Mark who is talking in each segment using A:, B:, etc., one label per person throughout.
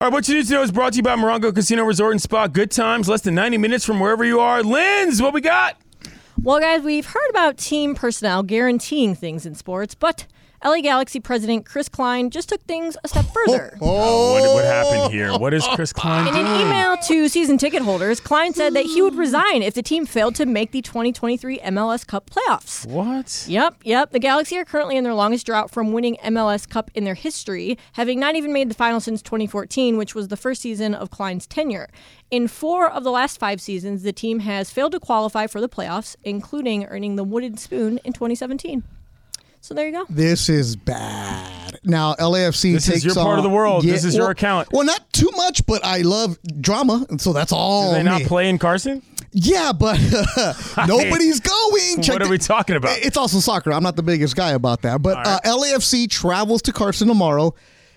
A: All right, what you need to know is brought to you by Morongo Casino Resort and Spa. Good times, less than 90 minutes from wherever you are. Linz, what we got?
B: Well, guys, we've heard about team personnel guaranteeing things in sports, but LA Galaxy president Chris Klein just took things a step further.
A: What, what happened here? What is Chris Klein
B: In an email to season ticket holders, Klein said that he would resign if the team failed to make the 2023 MLS Cup playoffs.
A: What?
B: Yep, yep. The Galaxy are currently in their longest drought from winning MLS Cup in their history, having not even made the final since 2014, which was the first season of Klein's tenure. In four of the last five seasons, the team has failed to qualify for the playoffs, including earning the wooden spoon in 2017. So there you go.
C: This is bad. Now LAFC
A: This is
C: takes
A: your part
C: on-
A: of the world. This is your account.
C: Well, not too much, but I love drama, and so that's all.
A: Did they not
C: me.
A: play in Carson?
C: Yeah, but nobody's going.
A: What are we talking about?
C: It's also soccer. I'm not the biggest guy about that, but uh, LAFC travels to Carson tomorrow.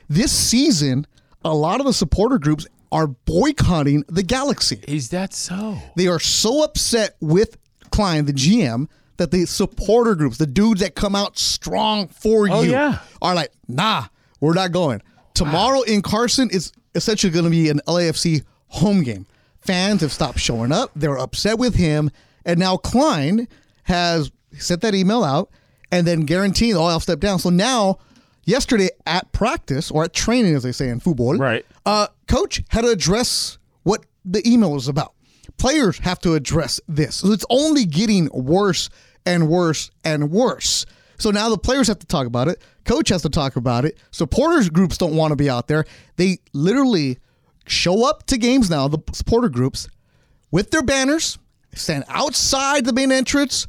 C: This season, a lot of the supporter groups are boycotting the Galaxy.
A: Is that so?
C: They are so upset with Klein, the GM, that the supporter groups, the dudes that come out strong for
A: Oh,
C: you,
A: yeah.
C: are like, nah, we're not going. Tomorrow in Carson is essentially going to be an LAFC home game. Fans have stopped showing up. They're upset with him. And now Klein has sent that email out and then guaranteeing, oh, I'll step down. So now, yesterday at practice or at training, as they say in football,
A: Right.
C: uh, coach had to address what the email was about. Players have to address this. So it's only getting worse and worse and worse. So now the players have to talk about it. Coach has to talk about it. Supporters groups don't want to be out there. They literally show up to games now, the supporter groups, with their banners, stand outside the main entrance,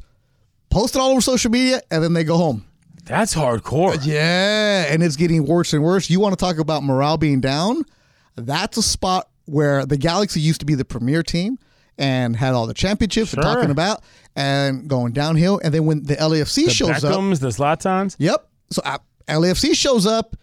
C: post it all over social media, and then they go home.
A: That's hardcore.
C: Yeah, and it's getting worse and worse. You want to talk about morale being down? That's a spot where the Galaxy used to be the premier team and had all the championships we're
A: Sure.
C: talking about and going downhill. And then when the LAFC
A: The
C: shows up,
A: Beckhams, the Zlatans.
C: yep. So uh, LAFC shows up.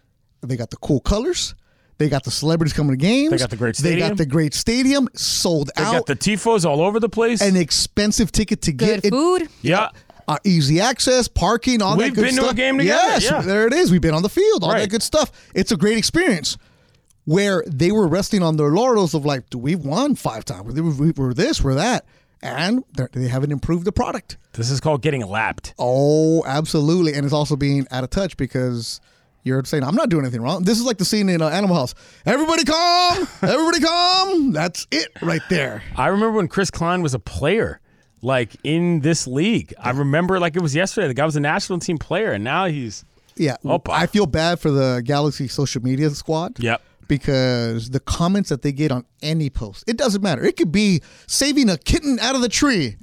C: They got the cool colors. They got the celebrities coming to games.
A: They got the great
C: They
A: stadium.
C: got the great stadium sold
A: They
C: out.
A: got the tifos all over the place.
C: an expensive ticket to
B: Good
C: get. It-
B: food.
A: yeah.
C: uh, easy access, parking, all
A: We've
C: that good
A: been to a
C: stuff.
A: game together,
C: Yes,
A: yeah.
C: there it is. We've been on the field, all
A: Right.
C: that good stuff. It's a great experience. Where they were resting on their laurels of like, do we won five times? We- we- We're this, we're that, and they're- they haven't improved the product.
A: This is called getting lapped.
C: Oh, absolutely, and it's also being out of touch because. You're saying I'm not doing anything wrong. This is like the scene in uh, Animal House. Everybody calm, everybody calm. That's it right there.
A: I remember when Chris Klein was a player, like in this league. I remember like it was yesterday. The guy was a national team player, and now he's
C: Yeah.
A: Opa.
C: I feel bad for the Galaxy social media squad.
A: Yep.
C: Because the comments that they get on any post, it doesn't matter. It could be saving a kitten out of the tree,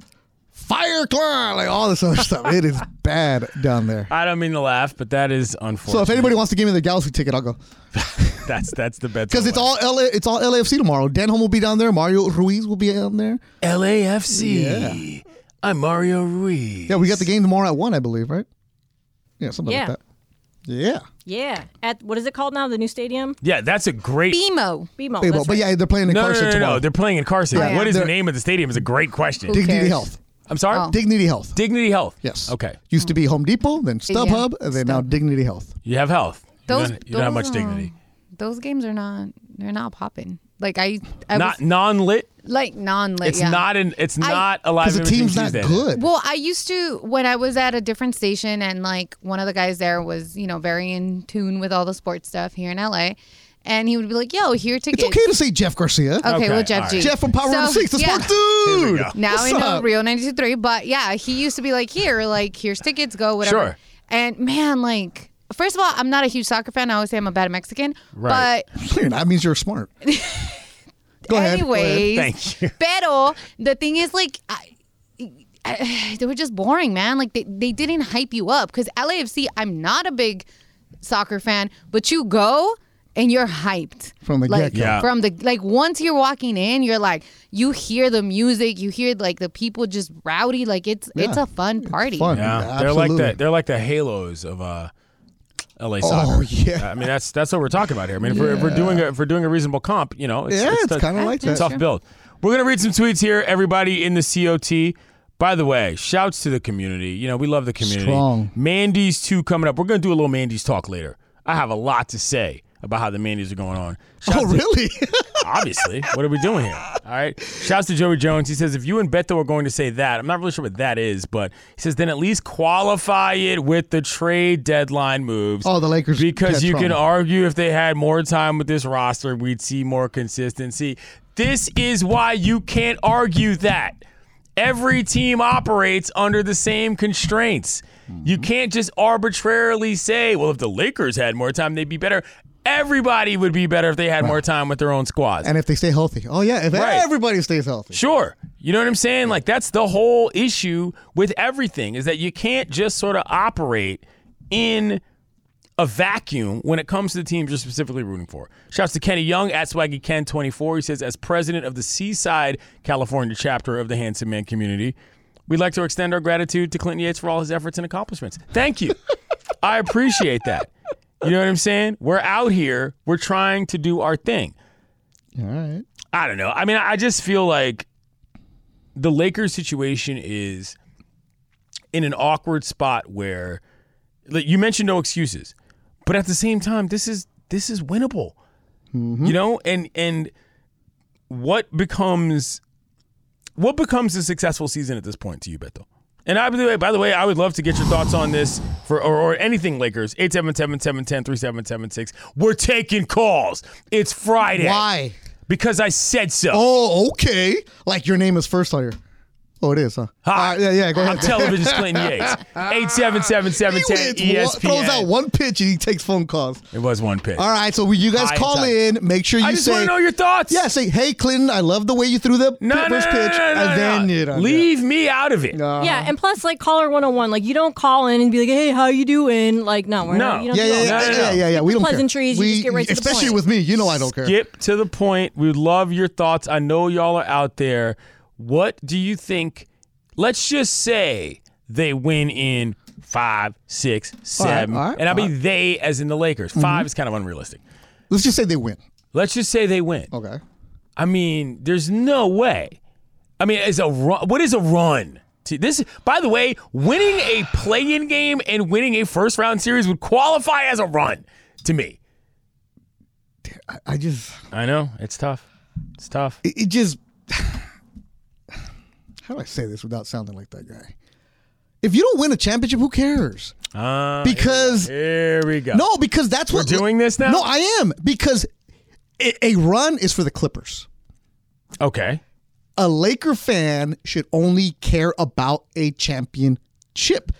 C: fire climb, like all this other stuff. It is bad down there.
A: I don't mean to laugh, but that is unfortunate.
C: So if anybody wants to give me the Galaxy ticket, I'll go.
A: that's that's the bet.
C: Because it's all LA, it's all LAFC tomorrow. Dan Home will be down there. Mario Ruiz will be down there.
A: LAFC. I'm Mario Ruiz.
C: Yeah, we got the game tomorrow at one, I believe, right? Yeah, something
B: Yeah.
C: like that. Yeah.
B: Yeah. At what is it called now? The new stadium?
A: Yeah, that's a great.
D: BMO.
B: BMO.
C: Hey,
B: Oh, that's
C: well, but
B: right.
C: yeah, they're playing in
A: no, no, no,
C: Carson
A: no, no,
C: tomorrow.
A: They're playing in Carson.
D: Oh, Yeah.
A: What is the
C: They're-
A: name of the stadium? Is a great question.
D: Dig-
C: Dignity
D: cares?
C: Health.
A: I'm sorry.
D: Oh.
C: Dignity Health.
A: Dignity Health.
C: Yes.
A: Okay.
C: Used to be Home Depot, then StubHub, and then now
D: Stub.
C: Dignity Health.
A: You have health. you
D: Those
A: don't, you don't have much
D: those,
A: dignity.
D: um, Those games are not they're not popping. Like I, I
A: not
D: was,
A: non-lit.
D: like non lit.
A: It's not an. It's
D: I-
A: not alive.
C: Because the
A: in between
C: team's not
A: Tuesday.
C: good.
D: Well, I used to when I was at a different station and like one of the guys there was, you know, very in tune with all the sports stuff here in LA. And he would be like, yo, here to
C: It's okay to say Jeff Garcia.
D: Okay,
A: Okay,
D: well, Jeff
A: all
D: G.
A: right.
C: Jeff from Power
D: So,
C: 6, the
D: yeah.
C: sports dude.
A: go.
D: Now
C: What's
D: I know
C: up?
D: Rio 92.3, but yeah, he used to be like, here, like, here's tickets, go, whatever.
A: Sure.
D: And man, like, first of all, I'm not a huge soccer fan. I always say I'm a bad Mexican.
A: Right.
D: But
C: You're not- That means you're smart. go ahead. go ahead.
D: anyways,
A: Thank you.
D: Pero the thing is, like, I, I, they were just boring, man. Like they, they didn't hype you up because LAFC. I'm not a big soccer fan, but you go and you're hyped
C: From the
D: like,
C: get-go.
A: Yeah.
D: From the like, once you're walking in, you're like, you hear the music, you hear like the people just rowdy. Like it's it's
C: Yeah.
D: a fun party.
C: fun.
A: Yeah, they're like the
C: absolutely.
A: they're like the halos of uh, L.A. soccer.
C: Oh, yeah.
A: I mean that's that's what we're talking about here. I mean if, we're, if we're doing a, if we're doing a reasonable comp, you know, it's,
C: Yeah, it's
A: tough-
C: kinda like that.
A: tough build. We're gonna read some tweets here, everybody in the COT. By the way, shouts to the community. You know, we love the community.
C: Strong.
A: Mandy's two coming up. We're gonna do a little Mandy's talk later. I have a lot to say about how the Mandy's are going on. Shouts
C: Oh,
A: to-
C: really?
A: obviously. What are we doing here? All right. Shouts to Joey Jones. He says, if you and Beto are going to say that, I'm not really sure what that is, but he says, then at least qualify it with the trade deadline moves.
C: Oh, the Lakers
A: Because
C: had
A: you can
C: trouble.
A: argue if they had more time with this roster, we'd see more consistency. This is why you can't argue that. Every team operates under the same constraints. You can't just arbitrarily say, well, if the Lakers had more time, they'd be better. Everybody would be better if they had more time with their own squads.
C: and if they stay healthy. Oh, yeah. If
A: Right.
C: everybody stays healthy.
A: Sure. You know what I'm saying? Like that's the whole issue with everything is that you can't just sort of operate in a vacuum when it comes to the teams you're specifically rooting for. Shouts to Kenny Young at Swaggy Ken 24. He says, as president of the Seaside, California chapter of the Handsome Man community, we'd like to extend our gratitude to Clinton Yates for all his efforts and accomplishments. Thank you. I appreciate that. You know what I'm saying? We're out here. We're trying to do our thing.
C: All right.
A: I don't know. I mean, I just feel like the Lakers situation is in an awkward spot where like you mentioned no excuses. But at the same time, this is this is winnable. You know, and and what becomes what becomes a successful season at this point to you, Beto? And I, by the way, by the way, I would love to get your thoughts on this for or, or anything Lakers. 877-710-3776. We're taking calls. It's Friday.
C: Why?
A: Because I said so.
C: Oh, okay. Like your name is first on here. Oh, it is, huh?
A: Hi.
C: All right, yeah, yeah. Go
A: I'm
C: ahead.
A: television's Clinton Yates. 877-710
C: He wins
A: ESPN.
C: one- throws out one pitch and he takes phone calls.
A: It was one pitch.
C: All right, so we, you guys
A: High
C: call
A: and
C: in. Make sure you
A: I just
C: say.
A: want to know your thoughts.
C: yeah, say, hey, Clinton, I love the way you threw the
A: No,
C: pi-
A: no,
C: first
A: no, no,
C: pitch.
A: no, no,
C: and then
A: no.
C: you don't.
A: Leave me out of it.
C: Uh,
B: yeah, and plus, like caller 101, like you don't call in and be like, "Hey, how you doing?" Like, no, we're
A: No.
B: not. You don't
C: Yeah,
B: do
C: yeah,
B: all
C: yeah,
B: that.
A: no,
C: yeah,
A: no,
C: yeah,
A: no.
C: yeah, yeah. We don't
B: Pleasantries,
C: care.
B: you
C: We,
B: just get right to the
C: especially
B: point.
C: with me, you know I don't care.
A: Skip to the point. We would love your thoughts. I know y'all are out there. What do you think? Let's just say they win in five, six, seven.
C: all right, Mm-hmm.
A: and I
C: all
A: mean they as in the Lakers. 5 is kind of unrealistic.
C: Let's just say they win.
A: Let's just say they win.
C: Okay.
A: I mean, there's no way. I mean, is a run, what is a run? See, This, by the way, winning a play-in game and winning a first-round series would qualify as a run to me.
C: I, I just,
A: I know it's tough. It's tough.
C: it, it just. How do I say this without sounding like that guy? If you don't win a championship, who cares?
A: Uh,
C: Because
A: here we go.
C: no, because that's what
A: doing this now?
C: No, I am because a, a run is for the Clippers.
A: Okay.
C: a Laker fan should only care about a championship.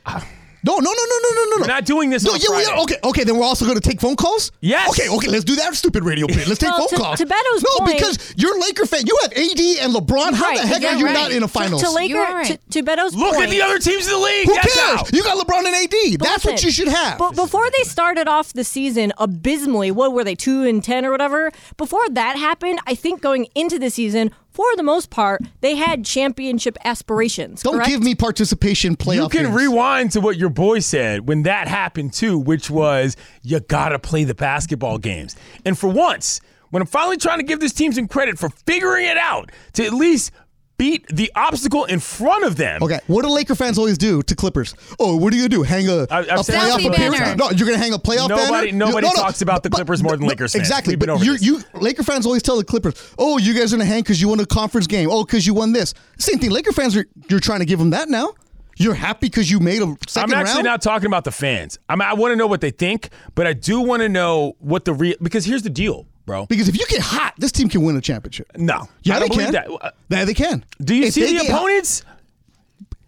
C: No, no, no, no, no, no, no, no.
A: Ah. We're not doing this
C: No,
A: on
C: yeah, we
A: Friday.
C: are. Okay, okay. Then we're also going to take phone calls.
A: Yes.
C: Okay, okay. Let's do that stupid radio bit. Let's take
B: Well,
C: phone
B: to-
C: calls.
B: to Beto's
C: no,
B: point-
C: because you're Laker fan. You have AD and LeBron. How
B: Right,
C: the heck
D: yeah,
C: are you
D: right.
C: not in a finals?
B: To, to Laker,
D: You're right.
B: to, to Beto's
A: Look
B: point,
A: at the other teams in the league.
C: Who
A: That's
C: cares?
A: how.
C: You got LeBron and AD.
B: But
C: That's what
B: listen,
C: you should have.
B: But before they started off the season abysmally, what were they, two and ten or whatever? Before that happened, I think going into the season, for the most part, they had championship aspirations.
C: Don't
B: correct?
C: give me participation playoff.
A: You can
C: games.
A: rewind to what your boy said when that happened too, which was you gotta play the basketball games. And for once, when I'm finally trying to give this team some credit for figuring it out to at least beat the obstacle in front of them.
C: Okay, what do Laker fans always do to Clippers? Oh, what do you do? Hang a,
A: I- I've
C: a
A: said
D: this
C: playoff
D: before.
C: appearance?
D: Banner.
C: No, you're gonna hang a playoff
A: Nobody-
C: banner.
A: nobody
C: You- no, no,
A: talks about the
C: but-
A: Clippers more than
C: no,
A: Lakers fans.
C: Exactly,
A: We've been
C: but
A: over
C: you
A: this.
C: you Laker fans always tell the Clippers, "Oh, you guys are gonna hang because you won a conference game. Oh, because you won this." Same thing. Laker fans are you're trying to give them that now. You're happy because you made a
A: I'm
C: second
A: actually
C: round.
A: not talking about the fans. I mean, I want to know what they think, but I do want to know what the real because here's the deal, bro.
C: because if you get hot, this team can win a championship.
A: No,
C: Yeah,
A: I don't
C: they
A: believe
C: can.
A: that. Uh,
C: Yeah, they can.
A: Do you
C: If they
A: see the
C: get hot-
A: opponents?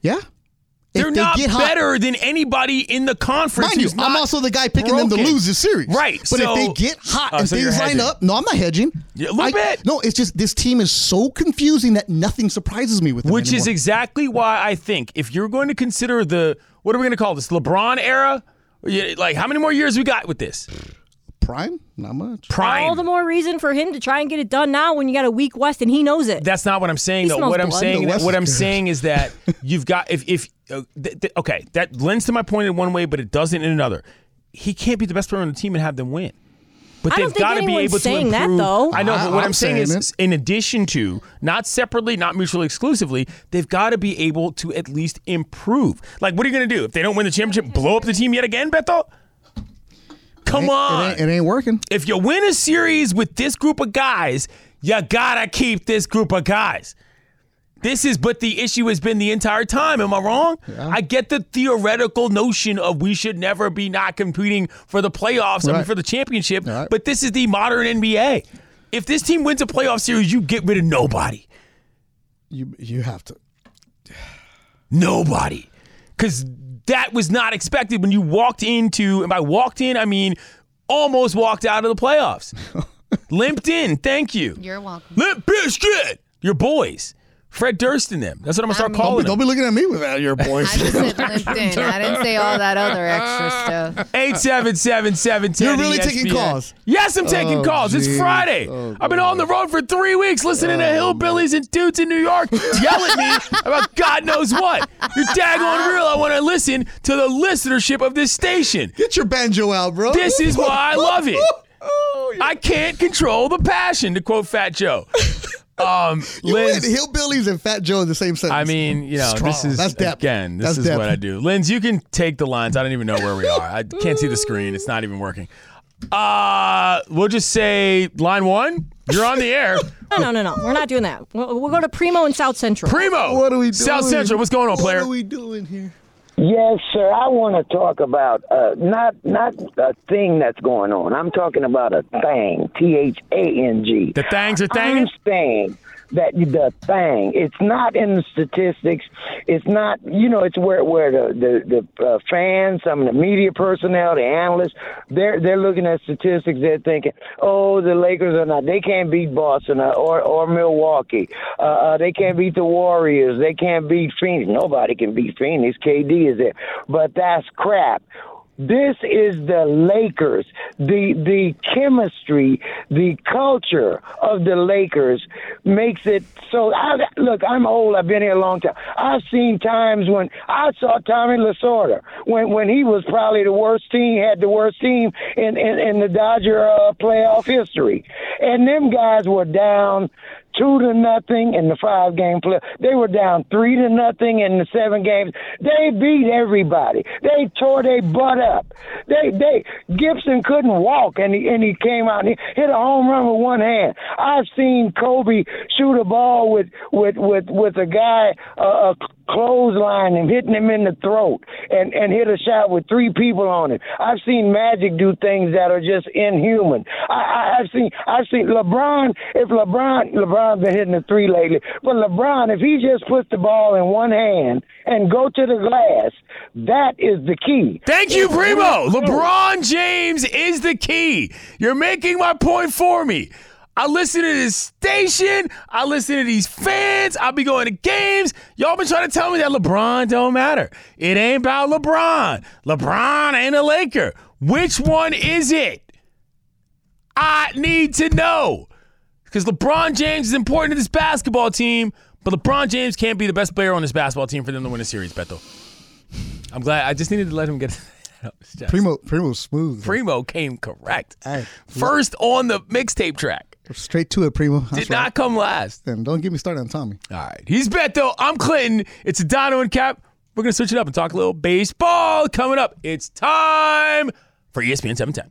C: yeah, If
A: They're
C: they
A: not
C: get hot-
A: better than anybody in the conference.
C: Mind you,
A: who's
C: I'm
A: not
C: also the guy picking them to
A: broken.
C: lose this series.
A: Right.
C: But
A: so-
C: if they get hot
A: Oh,
C: and
A: so you're
C: things line
A: hedging.
C: up, no, I'm not hedging.
A: Yeah, a little
C: I-
A: bit.
C: No, it's just this team is so confusing that nothing surprises me with them
A: Which is
C: anymore.
A: exactly why I think if you're going to consider the what are we going to call this LeBron era, Yeah, like how many more years we got with this
C: prime. Not much.
A: prime?
B: All the more reason for him to try and get it done now when you got a weak West and he knows it.
A: That's not what I'm saying. though.
B: smells
A: What I'm
B: blood.
A: saying,
C: The West
A: what
C: is
A: I'm
C: good.
A: saying is that you've got if if uh, th- th- okay, that lends to my point in one way, but it doesn't in another. He can't be the best player on the team and have them win. But
B: I don't
A: they've
B: think
A: got to be
B: anyone's
A: able to
B: saying
A: improve.
B: that, though.
A: I know, but
C: I-
A: what I'm,
C: I'm
A: saying
C: saying
A: is,
C: it.
A: in addition to not separately, not mutually exclusively, they've got to be able to at least improve. Like, what are you going to do if they don't win the championship? Blow up the team yet again, Beto? Come
C: It
A: on.
C: ain't, it ain't working.
A: if you win a series with this group of guys, you gotta keep this group of guys. This is but the issue has been the entire time. Am I wrong? I get the theoretical notion of we should never be not competing for the playoffs, I mean
C: Right.
A: for the championship,
C: Right.
A: but this is the modern NBA. If this team wins a playoff series, you get rid of nobody.
C: You you have to.
A: Nobody. Because that was not expected when you walked into, and by walked in, I mean almost walked out of the playoffs. Limped in. Thank you.
D: You're welcome.
A: Limp Bizkit. Your boys. Fred Durst and them. That's what I'm going to start
C: Don't be,
A: calling
C: don't
A: them.
C: be looking at me with that, your boy.
D: I just said LinkedIn. I didn't say all that other extra stuff.
A: 877
C: You're really
A: E
C: taking calls?
A: Yes, I'm taking
C: Oh,
A: calls. It's
C: geez.
A: Friday.
C: Oh,
A: I've been on the road for three weeks listening to hillbillies and dudes in New York yell at me about God knows what. You're daggone real. I want to listen to the listenership of this station.
C: Get your banjo out, bro.
A: This is why I love it.
C: Oh, you
A: I can't control the passion, to quote Fat Joe. Um,
C: went
A: Linz,
C: hillbillies and Fat Joe in the same sentence.
A: I mean, you know, this
C: Strong.
A: is
C: That's depth.
A: again, this
C: That's
A: is
C: depth.
A: what I do. Linz, you can take the lines. I don't even know where we are. I can't see the screen. It's not even working. Uh, we'll just say line one. You're on the air.
B: No, no, no, no. We're not doing that. We'll, we'll go to Primo in South Central.
A: Primo.
C: What are we doing?
A: South Central. What's going on, player?
C: What are we doing here?
E: Yes, sir. I want to talk about uh, not not a thing that's going on. I'm talking about a thing. T H A N G.
A: The thangs are
E: I'm
A: thanging.
E: saying that the thing. It's not in the statistics. It's not. You know, it's where where the the, the uh, fans, some of the media personnel, the analysts, they're they're looking at statistics. They're thinking, oh, the Lakers are not. They can't beat Boston or or, or Milwaukee. Uh, uh, they can't beat the Warriors. They can't beat Phoenix. Nobody can beat Phoenix. KD is there, but that's crap. This is the Lakers. The the chemistry, the culture of the Lakers makes it so. I, look, I'm old. I've been here a long time. I've seen times when I saw Tommy Lasorda when when he was probably the worst team, had the worst team in in, in the Dodger uh, playoff history, and them guys were down two to nothing in the five game play. They were down three to nothing in the seven games. They beat everybody. They tore their butt up. They they Gibson couldn't walk and he and he came out and he hit a home run with one hand. I've seen Kobe shoot a ball with with with with a guy uh, a clothesline him, hitting him in the throat, and and hit a shot with three people on it. I've seen Magic do things that are just inhuman. I, I, I've seen I've seen LeBron. If LeBron LeBron's been hitting the three lately, but LeBron, if he just puts the ball in one hand and go to the glass, that is the key.
A: Thank you, Primo. LeBron James is the key. You're making my point for me. I listen to this station. I listen to these fans. I'll be going to games. Y'all been trying to tell me that LeBron don't matter. It ain't about LeBron. LeBron ain't a Laker. Which one is it? I need to know. Because LeBron James is important to this basketball team, but LeBron James can't be the best player on this basketball team for them to win a series, Beto. I'm glad. I just needed to let him get that up. his chest.
C: Primo, Primo's smooth.
A: Primo came correct.
C: Hey,
A: First on the mixtape track.
C: Straight to it, Primo. That's
A: Did
C: right.
A: not come last.
C: And don't get me started on Tommy.
A: All right. He's Beto. I'm Clinton. It's a Dono and Cap. We're going to switch it up and talk a little baseball coming up. It's time for E ESPN 710.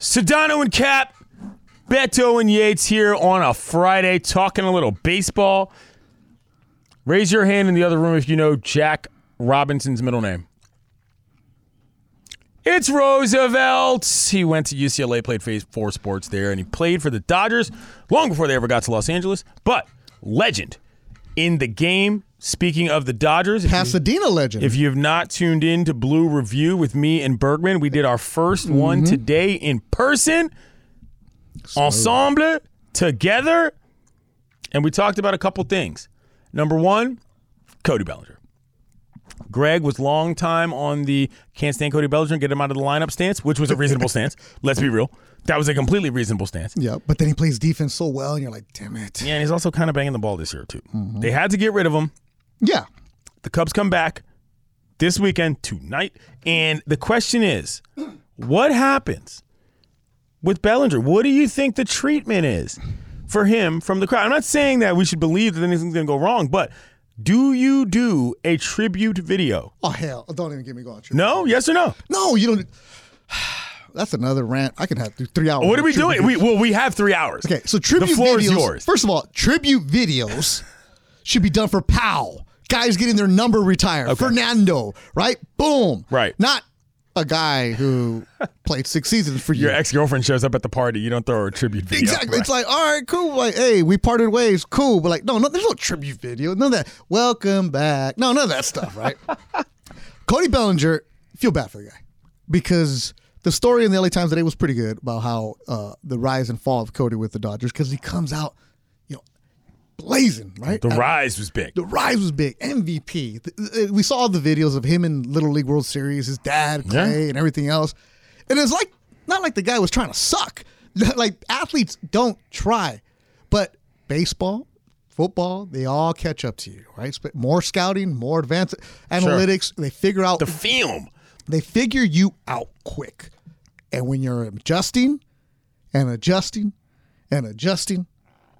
A: Sedano and Cap, Beto and Yates here on a Friday talking a little baseball. Raise your hand in the other room if you know Jack Robinson's middle name. It's Roosevelt. He went to UCLA, played phase four sports there, and he played for the Dodgers long before they ever got to Los Angeles. But legend in the game. Speaking of the Dodgers, if you-
C: Pasadena legend.
A: if you have not tuned in to Blue Review with me and Bergman, we did our 1st one today in person, ensemble, together, and we talked about a couple things. Number one, Cody Bellinger. Greg was long time on the can't stand Cody Bellinger, get him out of the lineup stance, which was a reasonable stance. Let's be real. That was a completely reasonable stance.
C: yeah, but then he plays defense so well, and you're like, damn it.
A: Yeah, and he's also kind of banging the ball this year, too. They had to get rid of him.
C: Yeah.
A: The Cubs come back this weekend tonight. And the question is, what happens with Bellinger? What do you think the treatment is for him from the crowd? I'm not saying that we should believe that anything's going to go wrong, but do you do a tribute video?
C: Oh hell! Don't even get me going. True.
A: No? Yes or no?
C: No, you don't. That's another rant. I can have th- three hours.
A: What are
C: of
A: we
C: tribute
A: doing? We, well, we have three hours.
C: Okay, so tribute
A: The floor
C: videos.
A: is yours.
C: First of all, tribute videos should be done for Powell. Guys getting their number retired. Fernando, right? Boom.
A: Right.
C: Not a guy who played six seasons for you.
A: Your ex girlfriend shows up at the party. You don't throw her a tribute video.
C: Exactly. It's like, all right, cool. Like, hey, we parted ways. Cool. But like, no, no, there's no tribute video. None of that. Welcome back. No, none of that stuff, right? Cody Bellinger, feel bad for the guy because the story in the LA Times today was pretty good about how uh, the rise and fall of Cody with the Dodgers because he comes out, you know, blazing, right?
A: The
C: I-
A: rise was big.
C: the rise was big. MVP. Th- th- We saw the videos of him in Little League World Series, his dad, Clay, and everything else. And it's like not like the guy was trying to suck. like athletes don't try, but baseball, football, they all catch up to you, right? Sp- More scouting, more advanced analytics. They figure out
A: The film.
C: they figure you out quick. And when you're adjusting and adjusting and adjusting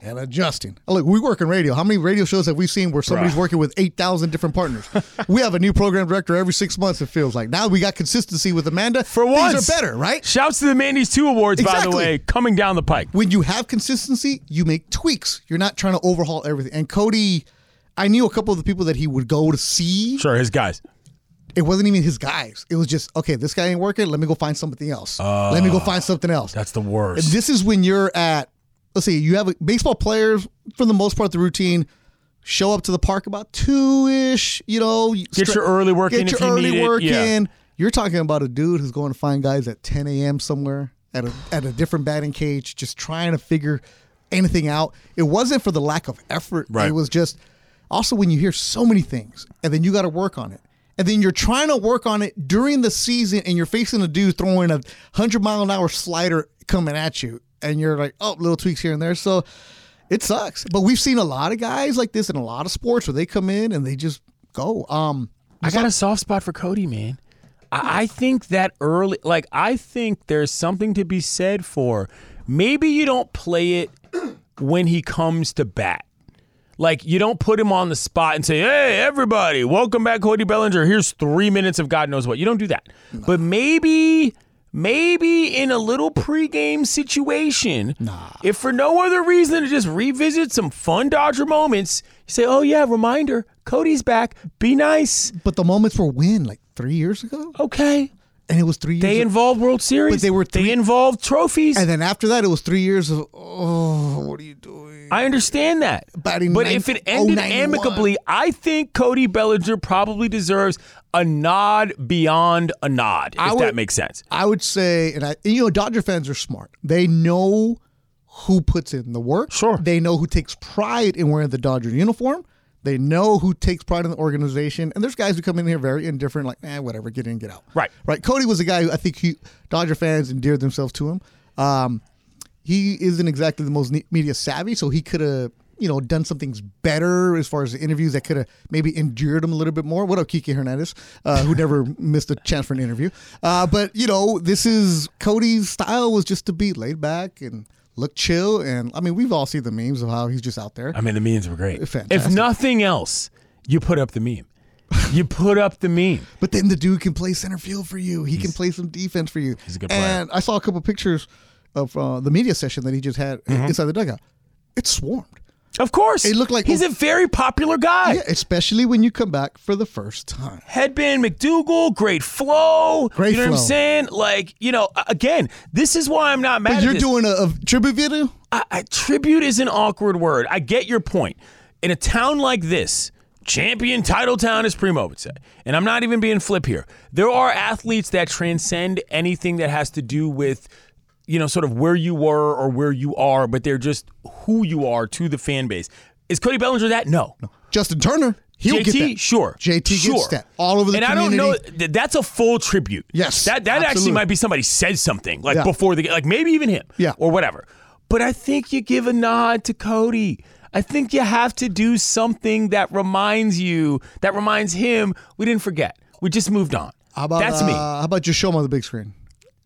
C: and adjusting. Oh, Look, we work in radio. How many radio shows have we seen where somebody's
A: Bruh.
C: working with 8,000 different partners? we have a new program director every six months, it feels like. Now we got consistency with Amanda.
A: For once.
C: Things are better, right?
A: Shouts to the Mandy's 2 Awards, by the
C: Exactly.
A: way, coming down the pike.
C: When you have consistency, you make tweaks. You're not trying to overhaul everything. And Cody, I knew a couple of the people that he would go to see.
A: Sure, his guys.
C: it wasn't even his guys. It was just okay. This guy ain't working. Let me go find something else. Let me go
A: Ah,
C: find something else.
A: That's the worst.
C: This is when you're at. Let's see. You have a, baseball players for the most part. The routine show up to the park about two ish. You know,
A: Get your early work in
C: Get
A: if
C: your
A: you
C: early
A: need it,
C: work
A: yeah.
C: in. You're talking about a dude who's going to find guys at 10 a.m. somewhere at a at a different batting cage, just trying to figure anything out. It wasn't for the lack of effort.
A: Right.
C: It was just also when you hear so many things and then you got to work on it. And then you're trying to work on it during the season and you're facing a dude throwing a 100 mile an hour slider coming at you. And you're like, oh, little tweaks here and there. So it sucks. But we've seen a lot of guys like this in a lot of sports where they come in and they just go. Um,
A: I got a soft spot for Cody, man. I, I think that early, like, I think there's something to be said for maybe you don't play it when he comes to bat. Like, you don't put him on the spot and say, hey, everybody, welcome back, Cody Bellinger. Here's three minutes of God knows what. You don't do that. But maybe. Maybe in a little pregame situation, if for no other reason to just revisit some fun Dodger moments, you say, "Oh yeah, reminder, Cody's back. Be nice."
C: But the moments were when, like three years ago,
A: Okay.
C: and it was three.
A: They
C: years
A: involved World Series.
C: But they were
A: they
C: three-
A: involved trophies.
C: and then after that, it was three years of oh, what are you doing?
A: I understand that. But
C: Batting ninth-
A: if it ended
C: oh, 91.
A: amicably, I think Cody Bellinger probably deserves a nod beyond a nod, if
C: I
A: that
C: would-
A: makes sense.
C: I would say, and I, and, you know, Dodger fans are smart. They know who puts in the work.
A: Sure.
C: They know who takes pride in wearing the Dodger uniform. They know who takes pride in the organization. And there's guys who come in here very indifferent, like, eh, whatever, get in, get out.
A: Right.
C: Right. Cody was a guy who I think he, Dodger fans endeared themselves to him. Um, he isn't exactly the most ne- media savvy, so he could have, you you know, done some things better as far as the interviews that could have maybe endured him a little bit more. What up, Kiki Hernandez, uh, who never missed a chance for an interview. Uh, but you know, this is Cody's style was just to be laid back and look chill. And I mean, we've all seen the memes of how he's just out there.
A: I mean, the memes were great.
C: Fantastic.
A: If nothing else, you put up the meme. You put up the meme.
C: But then the dude can play center field for you. He can play some defense for you.
A: he's a good player.
C: and I saw a couple pictures of uh, the media session that he just had
A: Mm-hmm.
C: inside the dugout. It swarmed.
A: Of course.
C: It looked like-
A: he's a very popular guy.
C: Yeah, especially when you come back for the first time.
A: Headband McDougal, great flow.
C: Great
A: you know what
C: flow.
A: I'm saying? Like, you know, a- again, this is why I'm not mad
C: But
A: at
C: you're
A: this.
C: doing a, a tribute video?
A: I, I, tribute is an awkward word. I get your point. In a town like this, champion title town, as Primo would say, and I'm not even being flip here, there are athletes that transcend anything that has to do with, you know, sort of where you were or where you are, but they're just who you are to the fan base. Is Cody Bellinger that? No.
C: Justin Turner, he'll
A: JT,
C: get that.
A: sure,
C: JT gets
A: sure.
C: that all over the
A: and
C: community.
A: I don't know. th- That's a full tribute.
C: Yes,
A: that that
C: absolutely.
A: actually might be somebody said something like
C: Yeah.
A: before the ga- like maybe even him.
C: Yeah.
A: or whatever. But I think you give a nod to Cody. I think you have to do something that reminds you that reminds him we didn't forget. We just moved on.
C: How about
A: that's
C: uh,
A: me.
C: How about just show him on the big screen?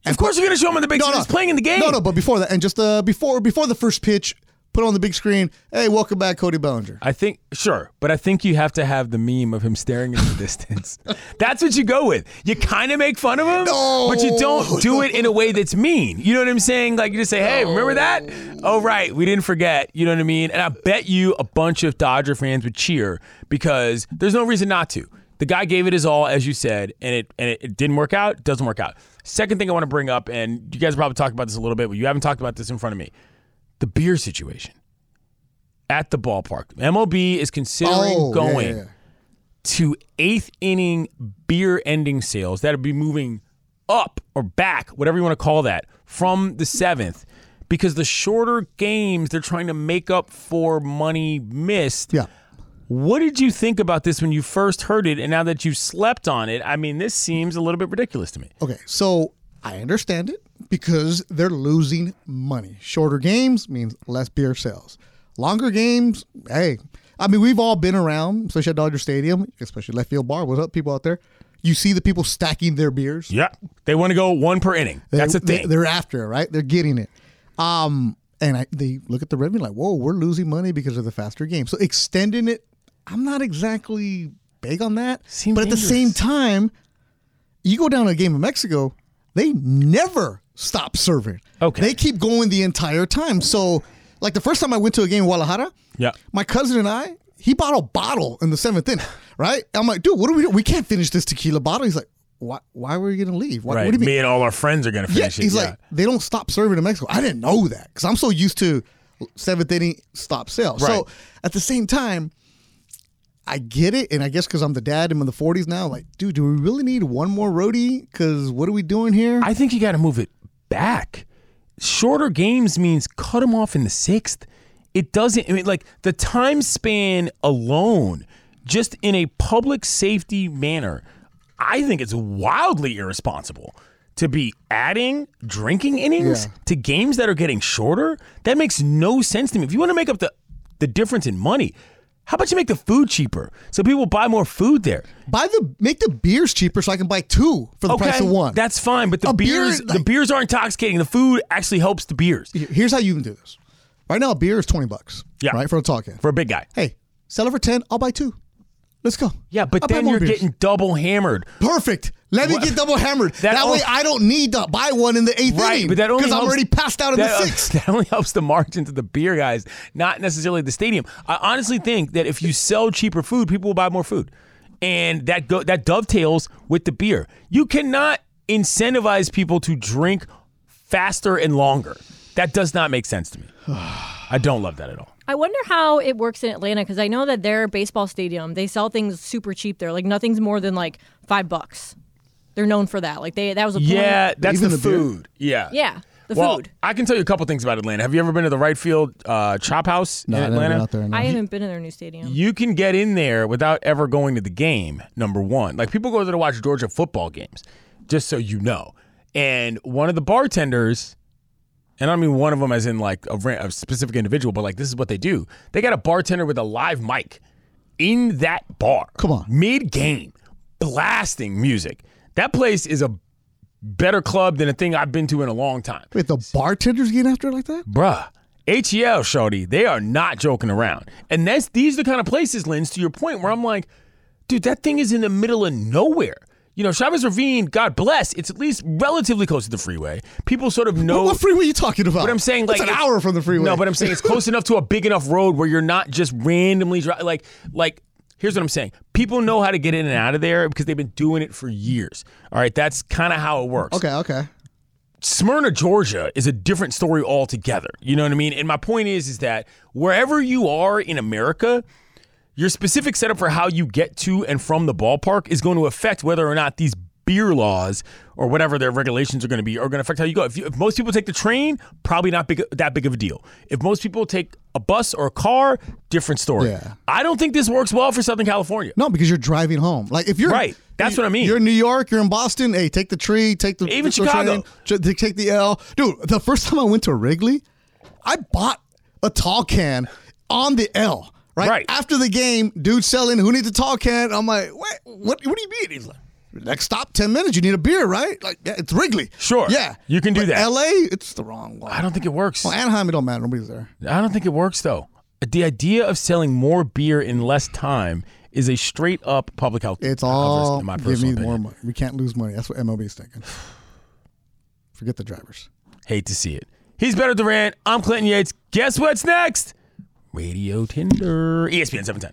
A: Of course, we're gonna show him on the big. screen. He's playing in the game.
C: No, no, but before that, and just uh, before before the first pitch, put on the big screen. Hey, welcome back, Cody Bellinger.
A: I think sure, but I think you have to have the meme of him staring in the distance. That's what you go with. You kind of make fun of him, but you don't do it in a way that's mean. You know what I'm saying? Like you just say, "Hey, remember that? Oh right, we didn't forget." You know what I mean? And I bet you a bunch of Dodger fans would cheer because there's no reason not to. The guy gave it his all, as you said, and it and it, it didn't work out. It doesn't work out. Second thing I want to bring up, and you guys probably talked about this a little bit, but you haven't talked about this in front of me, the beer situation at the ballpark. MLB is considering
C: Oh, yeah, yeah,
A: going
C: yeah.
A: to eighth inning beer ending sales. That'd be moving up or back, whatever you want to call that, from the seventh. Because the shorter games, they're trying to make up for money missed.
C: Yeah.
A: What did you think about this when you first heard it? And now that you slept on it, I mean, this seems a little bit ridiculous to me.
C: Okay, so I understand it because they're losing money. Shorter games means less beer sales. Longer games, hey, I mean, we've all been around, especially at Dodger Stadium, especially left field bar. What's up, people out there? You see the people stacking their beers.
A: Yeah. They want to go one per inning. That's a
C: They-
A: thing.
C: They're after it, right? They're getting it. Um, and I, they look at the revenue like, whoa, we're losing money because of the faster game. So extending it, I'm not exactly big on that.
A: Seems
C: but at the
A: dangerous.
C: same time, you go down to a game of Mexico, they never stop serving.
A: Okay.
C: They keep going the entire time. So, like the first time I went to a game in Guadalajara,
A: Yeah.
C: my cousin and I, he bought a bottle in the seventh inning, right? I'm like, dude, what do we do? We can't finish this tequila bottle. He's like, why, why were we going to leave? Why,
A: right.
C: What do you mean?
A: me and all our friends are going to
C: Yeah,
A: finish it.
C: he's like, they don't stop serving in Mexico. I didn't know that because I'm so used to seventh inning stop sales.
A: Right.
C: So at the same time, I get it, and I guess because I'm the dad, I'm in the 40s now. Like, dude, do we really need one more roadie? Because what are we doing here?
A: I think you got to move it back. Shorter games means cut them off in the sixth. It doesn't. I mean, like the time span alone, just in a public safety manner, I think it's wildly irresponsible to be adding drinking innings
C: Yeah.
A: to games that are getting shorter. That makes no sense to me. If you want to make up the the difference in money, how about you make the food cheaper so people buy more food there?
C: buy the make the beers cheaper so I can buy two for the price of one.
A: That's fine, but the
C: A beer,
A: beers the
C: like-
A: beers are intoxicating. The food actually helps the beers
C: here's how you can do this. Right now, a beer is 20 bucks.
A: Yeah.
C: right for a talking.
A: for a big guy.
C: hey, sell it for 10. I'll buy two. Let's go.
A: Yeah, but
C: I'll buy
A: then
C: more
A: you're
C: beers.
A: getting double hammered.
C: Perfect. Let
A: What-
C: me get double hammered. That,
A: That
C: way,
A: al-
C: I don't need to buy one in the eighth
A: Right,
C: inning
A: but that only
C: because I'm
A: helps-
C: already passed out in
A: that- uh,
C: the sixth.
A: That only helps the margin to the beer guys, not necessarily the stadium. I honestly think that if you sell cheaper food, people will buy more food, and that go, that dovetails with the beer. You cannot incentivize people to drink faster and longer. That does not make sense to me. I don't love that at all.
B: I wonder how it works in Atlanta because I know that their baseball stadium they sell things super cheap there. Like nothing's more than like five bucks. They're known for that. Like they that was a point.
A: Yeah, that's
C: Even
A: the,
C: the beer?
A: food. Yeah.
B: yeah the
A: well,
B: food.
A: I can tell you a couple things about Atlanta. Have you ever been to the right field uh, chop house in Atlanta?
B: I haven't been in their new stadium.
A: You can get in there without ever going to the game, number one. Like people go there to watch Georgia football games, just so you know. And one of the bartenders And I don't mean one of them as in like a, ran- a specific individual, but like this is what they do. They got a bartender with a live mic in that bar.
C: Come on.
A: Mid game, blasting music. That place is a better club than a thing I've been to in a long time.
C: Wait, the bartenders getting after it like that?
A: Bruh. HEL, Shorty, they are not joking around. And that's these are the kind of places, Lens, to your point, where I'm like, dude, that thing is in the middle of nowhere. You know, Chavez Ravine, God bless, it's at least relatively close to the freeway. People sort of know
C: What, what freeway are you talking about?
A: but I'm saying like
C: That's an hour from the freeway.
A: No, but I'm saying it's close enough to a big enough road where you're not just randomly driving. Like, like here's what I'm saying: people know how to get in and out of there because they've been doing it for years. All right, that's kind of how it works.
C: okay, okay.
A: Smyrna, Georgia is a different story altogether. You know what I mean? And my point is is that wherever you are in America, your specific setup for how you get to and from the ballpark is going to affect whether or not these beer laws or whatever their regulations are going to be are going to affect how you go. If, you, if most people take the train, probably not big, that big of a deal. If most people take a bus or a car, different story.
C: Yeah.
A: I don't think this works well for Southern California.
C: No, because you're driving home. Like if you're
A: Right. That's what I mean.
C: You're in New York. You're in Boston. Hey, take the tree. Take the
A: Even
C: the
A: Chicago.
C: Train, ju- take the L, dude. The first time I went to Wrigley, I bought a tall can on the L. Right?
A: Right.
C: after the game, dude selling who needs a tall can. I'm like, what? What? What do you mean? He's like. Next stop, ten minutes. You need a beer, right? Like, yeah, it's Wrigley.
A: Sure.
C: yeah,
A: You can do
C: But
A: that.
C: L.A., it's the wrong one.
A: I don't think it works.
C: Well, Anaheim, it don't matter. Nobody's there.
A: I don't think it works though. The idea of selling more beer in less time is a straight up public health.
C: It's
A: health risk,
C: all
A: in my
C: give me
A: personal
C: more
A: opinion.
C: money. We can't lose money. That's what MLB's thinking. Forget the drivers.
A: Hate to see it. He's better Durant. I'm Clinton Yates. Guess what's next? Radio Tinder. E ESPN 710.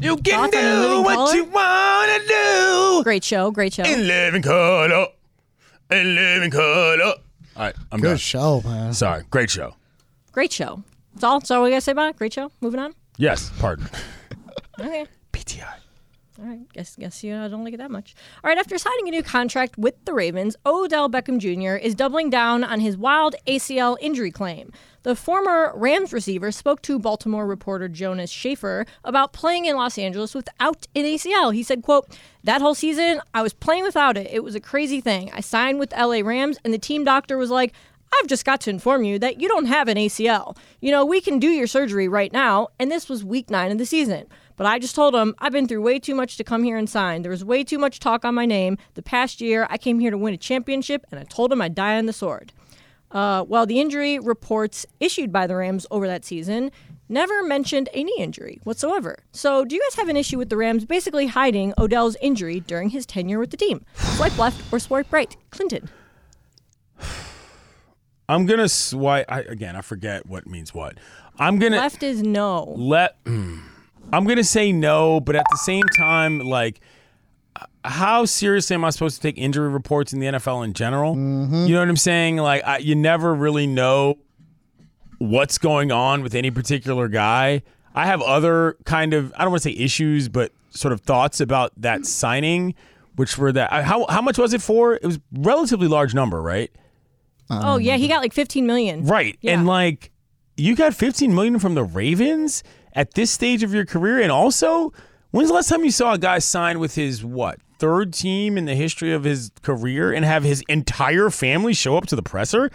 A: You can
B: Thoughts on
A: do
B: living
A: what
B: color?
A: you wanna do
B: Great show, great show.
A: in living color. In living color. All right, I'm
C: Good
A: done.
C: show, man.
A: Sorry, great show.
B: Great show. That's all. That's all we gotta say about it. Great show. Moving on.
A: Yes, pardon.
B: Okay.
A: PTI.
B: All right, guess guess you know, I don't like it that much. All right, after signing a new contract with the Ravens, Odell Beckham Jr. is doubling down on his wild ACL injury claim. The former Rams receiver spoke to Baltimore reporter Jonas Schaefer about playing in Los Angeles without an ACL. He said, "quote That whole season, I was playing without it. It was a crazy thing. I signed with LA Rams, and the team doctor was like." I've just got to inform you that you don't have an ACL. You know, we can do your surgery right now, and this was week nine of the season. But I just told him, I've been through way too much to come here and sign. There was way too much talk on my name. The past year, I came here to win a championship, and I told him I'd die on the sword. Uh, well, the injury reports issued by the Rams over that season never mentioned a knee injury whatsoever. So, do you guys have an issue with the Rams basically hiding Odell's injury during his tenure with the team? Swipe left or swipe right, Clinton.
A: I'm gonna swipe. I, again, I forget what means what. I'm gonna
B: Left is no.
A: let. I'm gonna say no, but at the same time, like, h- how seriously am I supposed to take injury reports in the NFL in general? You know what I'm saying? Like, I, you never really know what's going on with any particular guy. I have other kind of I don't want to say issues, but sort of thoughts about that signing, which were that I- how how much was it for? It was relatively large number, right?
B: Oh, yeah, he got like 15 million.
A: Right. And
B: Yeah.
A: like you got 15 million from the Ravens at this stage of your career and also when's the last time you saw a guy sign with his what? Third team in the history of his career and have his entire family show up to the presser?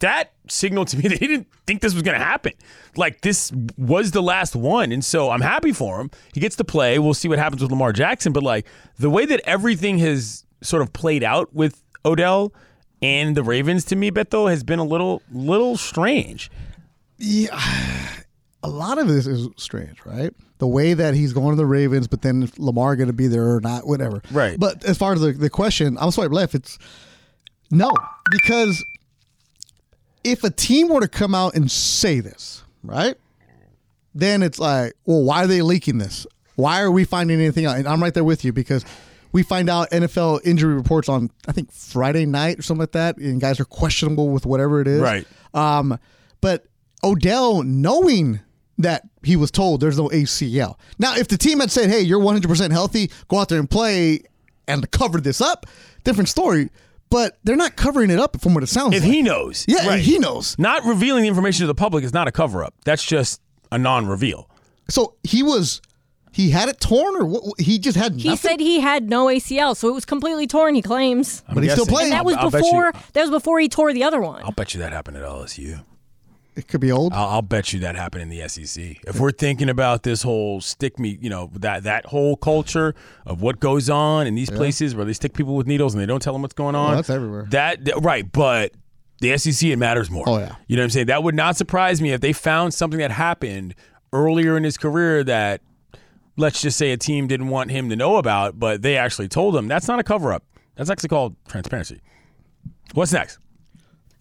A: that signaled to me that he didn't think this was going to happen. Like this was the last one, and so I'm happy for him. He gets to play. We'll see what happens with Lamar Jackson, but like the way that everything has sort of played out with Odell and the Ravens to me, Beto, has been a little little strange.
C: a lot of this is strange, right? The way that he's going to the Ravens, but then if Lamar going to be there or not, whatever.
A: Right.
C: But as far as the, the question, I'm swipe left. It's no, because if a team were to come out and say this, right, then it's like, well, why are they leaking this? Why are we finding anything out? And I'm right there with you because we find out NFL injury reports on I think Friday night or something like that, and guys are questionable with whatever it is.
A: Right.
C: Um, but Odell knowing that he was told there's no ACL. Now, if the team had said, "Hey, you're 100% healthy, go out there and play," and cover this up, different story. But they're not covering it up from what it sounds
A: If
C: like.
A: he knows,
C: yeah, and he knows.
A: not revealing the information to the public is not a cover up. That's just a non-reveal.
C: So he was, he had it torn, or what, he just had.
B: He
C: nothing?
B: said he had no ACL, so it was completely torn. He claims.
A: I'm
C: But he's still
A: guessing.
C: playing.
B: That was
A: I'll- I'll bet you-
B: before. That was before he tore the other one.
A: I'll bet you that happened at LSU.
C: it could be old.
A: I'll, I'll bet you that happened in the SEC. If we're thinking about this whole stick me, you know that that whole culture of what goes on in these places where they stick people with needles and they don't tell them what's going on.
C: Oh, that's everywhere.
A: That, that- right, but the SEC it matters more.
C: Oh, yeah.
A: you know what I'm saying. That would not surprise me if they found something that happened earlier in his career that, let's just say, a team didn't want him to know about, but they actually told him. That's not a cover up. That's actually called transparency. What's next?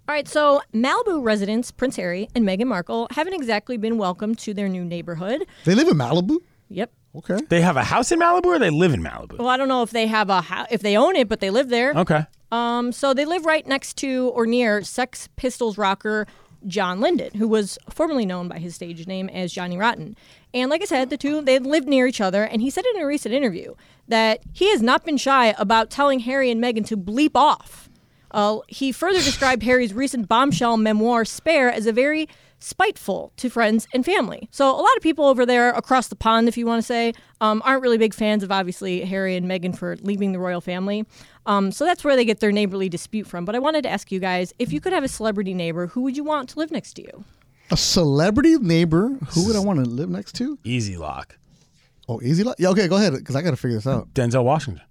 B: All right, so Malibu residents Prince Harry and Meghan Markle haven't exactly been welcomed to their new neighborhood.
C: They live in Malibu.
B: Yep.
C: Okay.
A: They have a house in Malibu, or they live in Malibu.
B: Well, I don't know if they have a ho- if they own it, but they live there.
A: Okay.
B: Um, so they live right next to or near Sex Pistols rocker John Linden, who was formerly known by his stage name as Johnny Rotten. And like I said, the two they lived near each other, and he said in a recent interview that he has not been shy about telling Harry and Meghan to bleep off. Uh, he further described Harry's recent bombshell memoir, Spare, as a very spiteful to friends and family. So, a lot of people over there across the pond, if you want to say, um, aren't really big fans of obviously Harry and Meghan for leaving the royal family. Um, so, that's where they get their neighborly dispute from. But I wanted to ask you guys if you could have a celebrity neighbor, who would you want to live next to you?
C: A celebrity neighbor. Who would I want to live next to?
A: Easy lock.
C: Oh, easy. Li- yeah, okay, go ahead, because I got to figure this out.
A: Denzel Washington.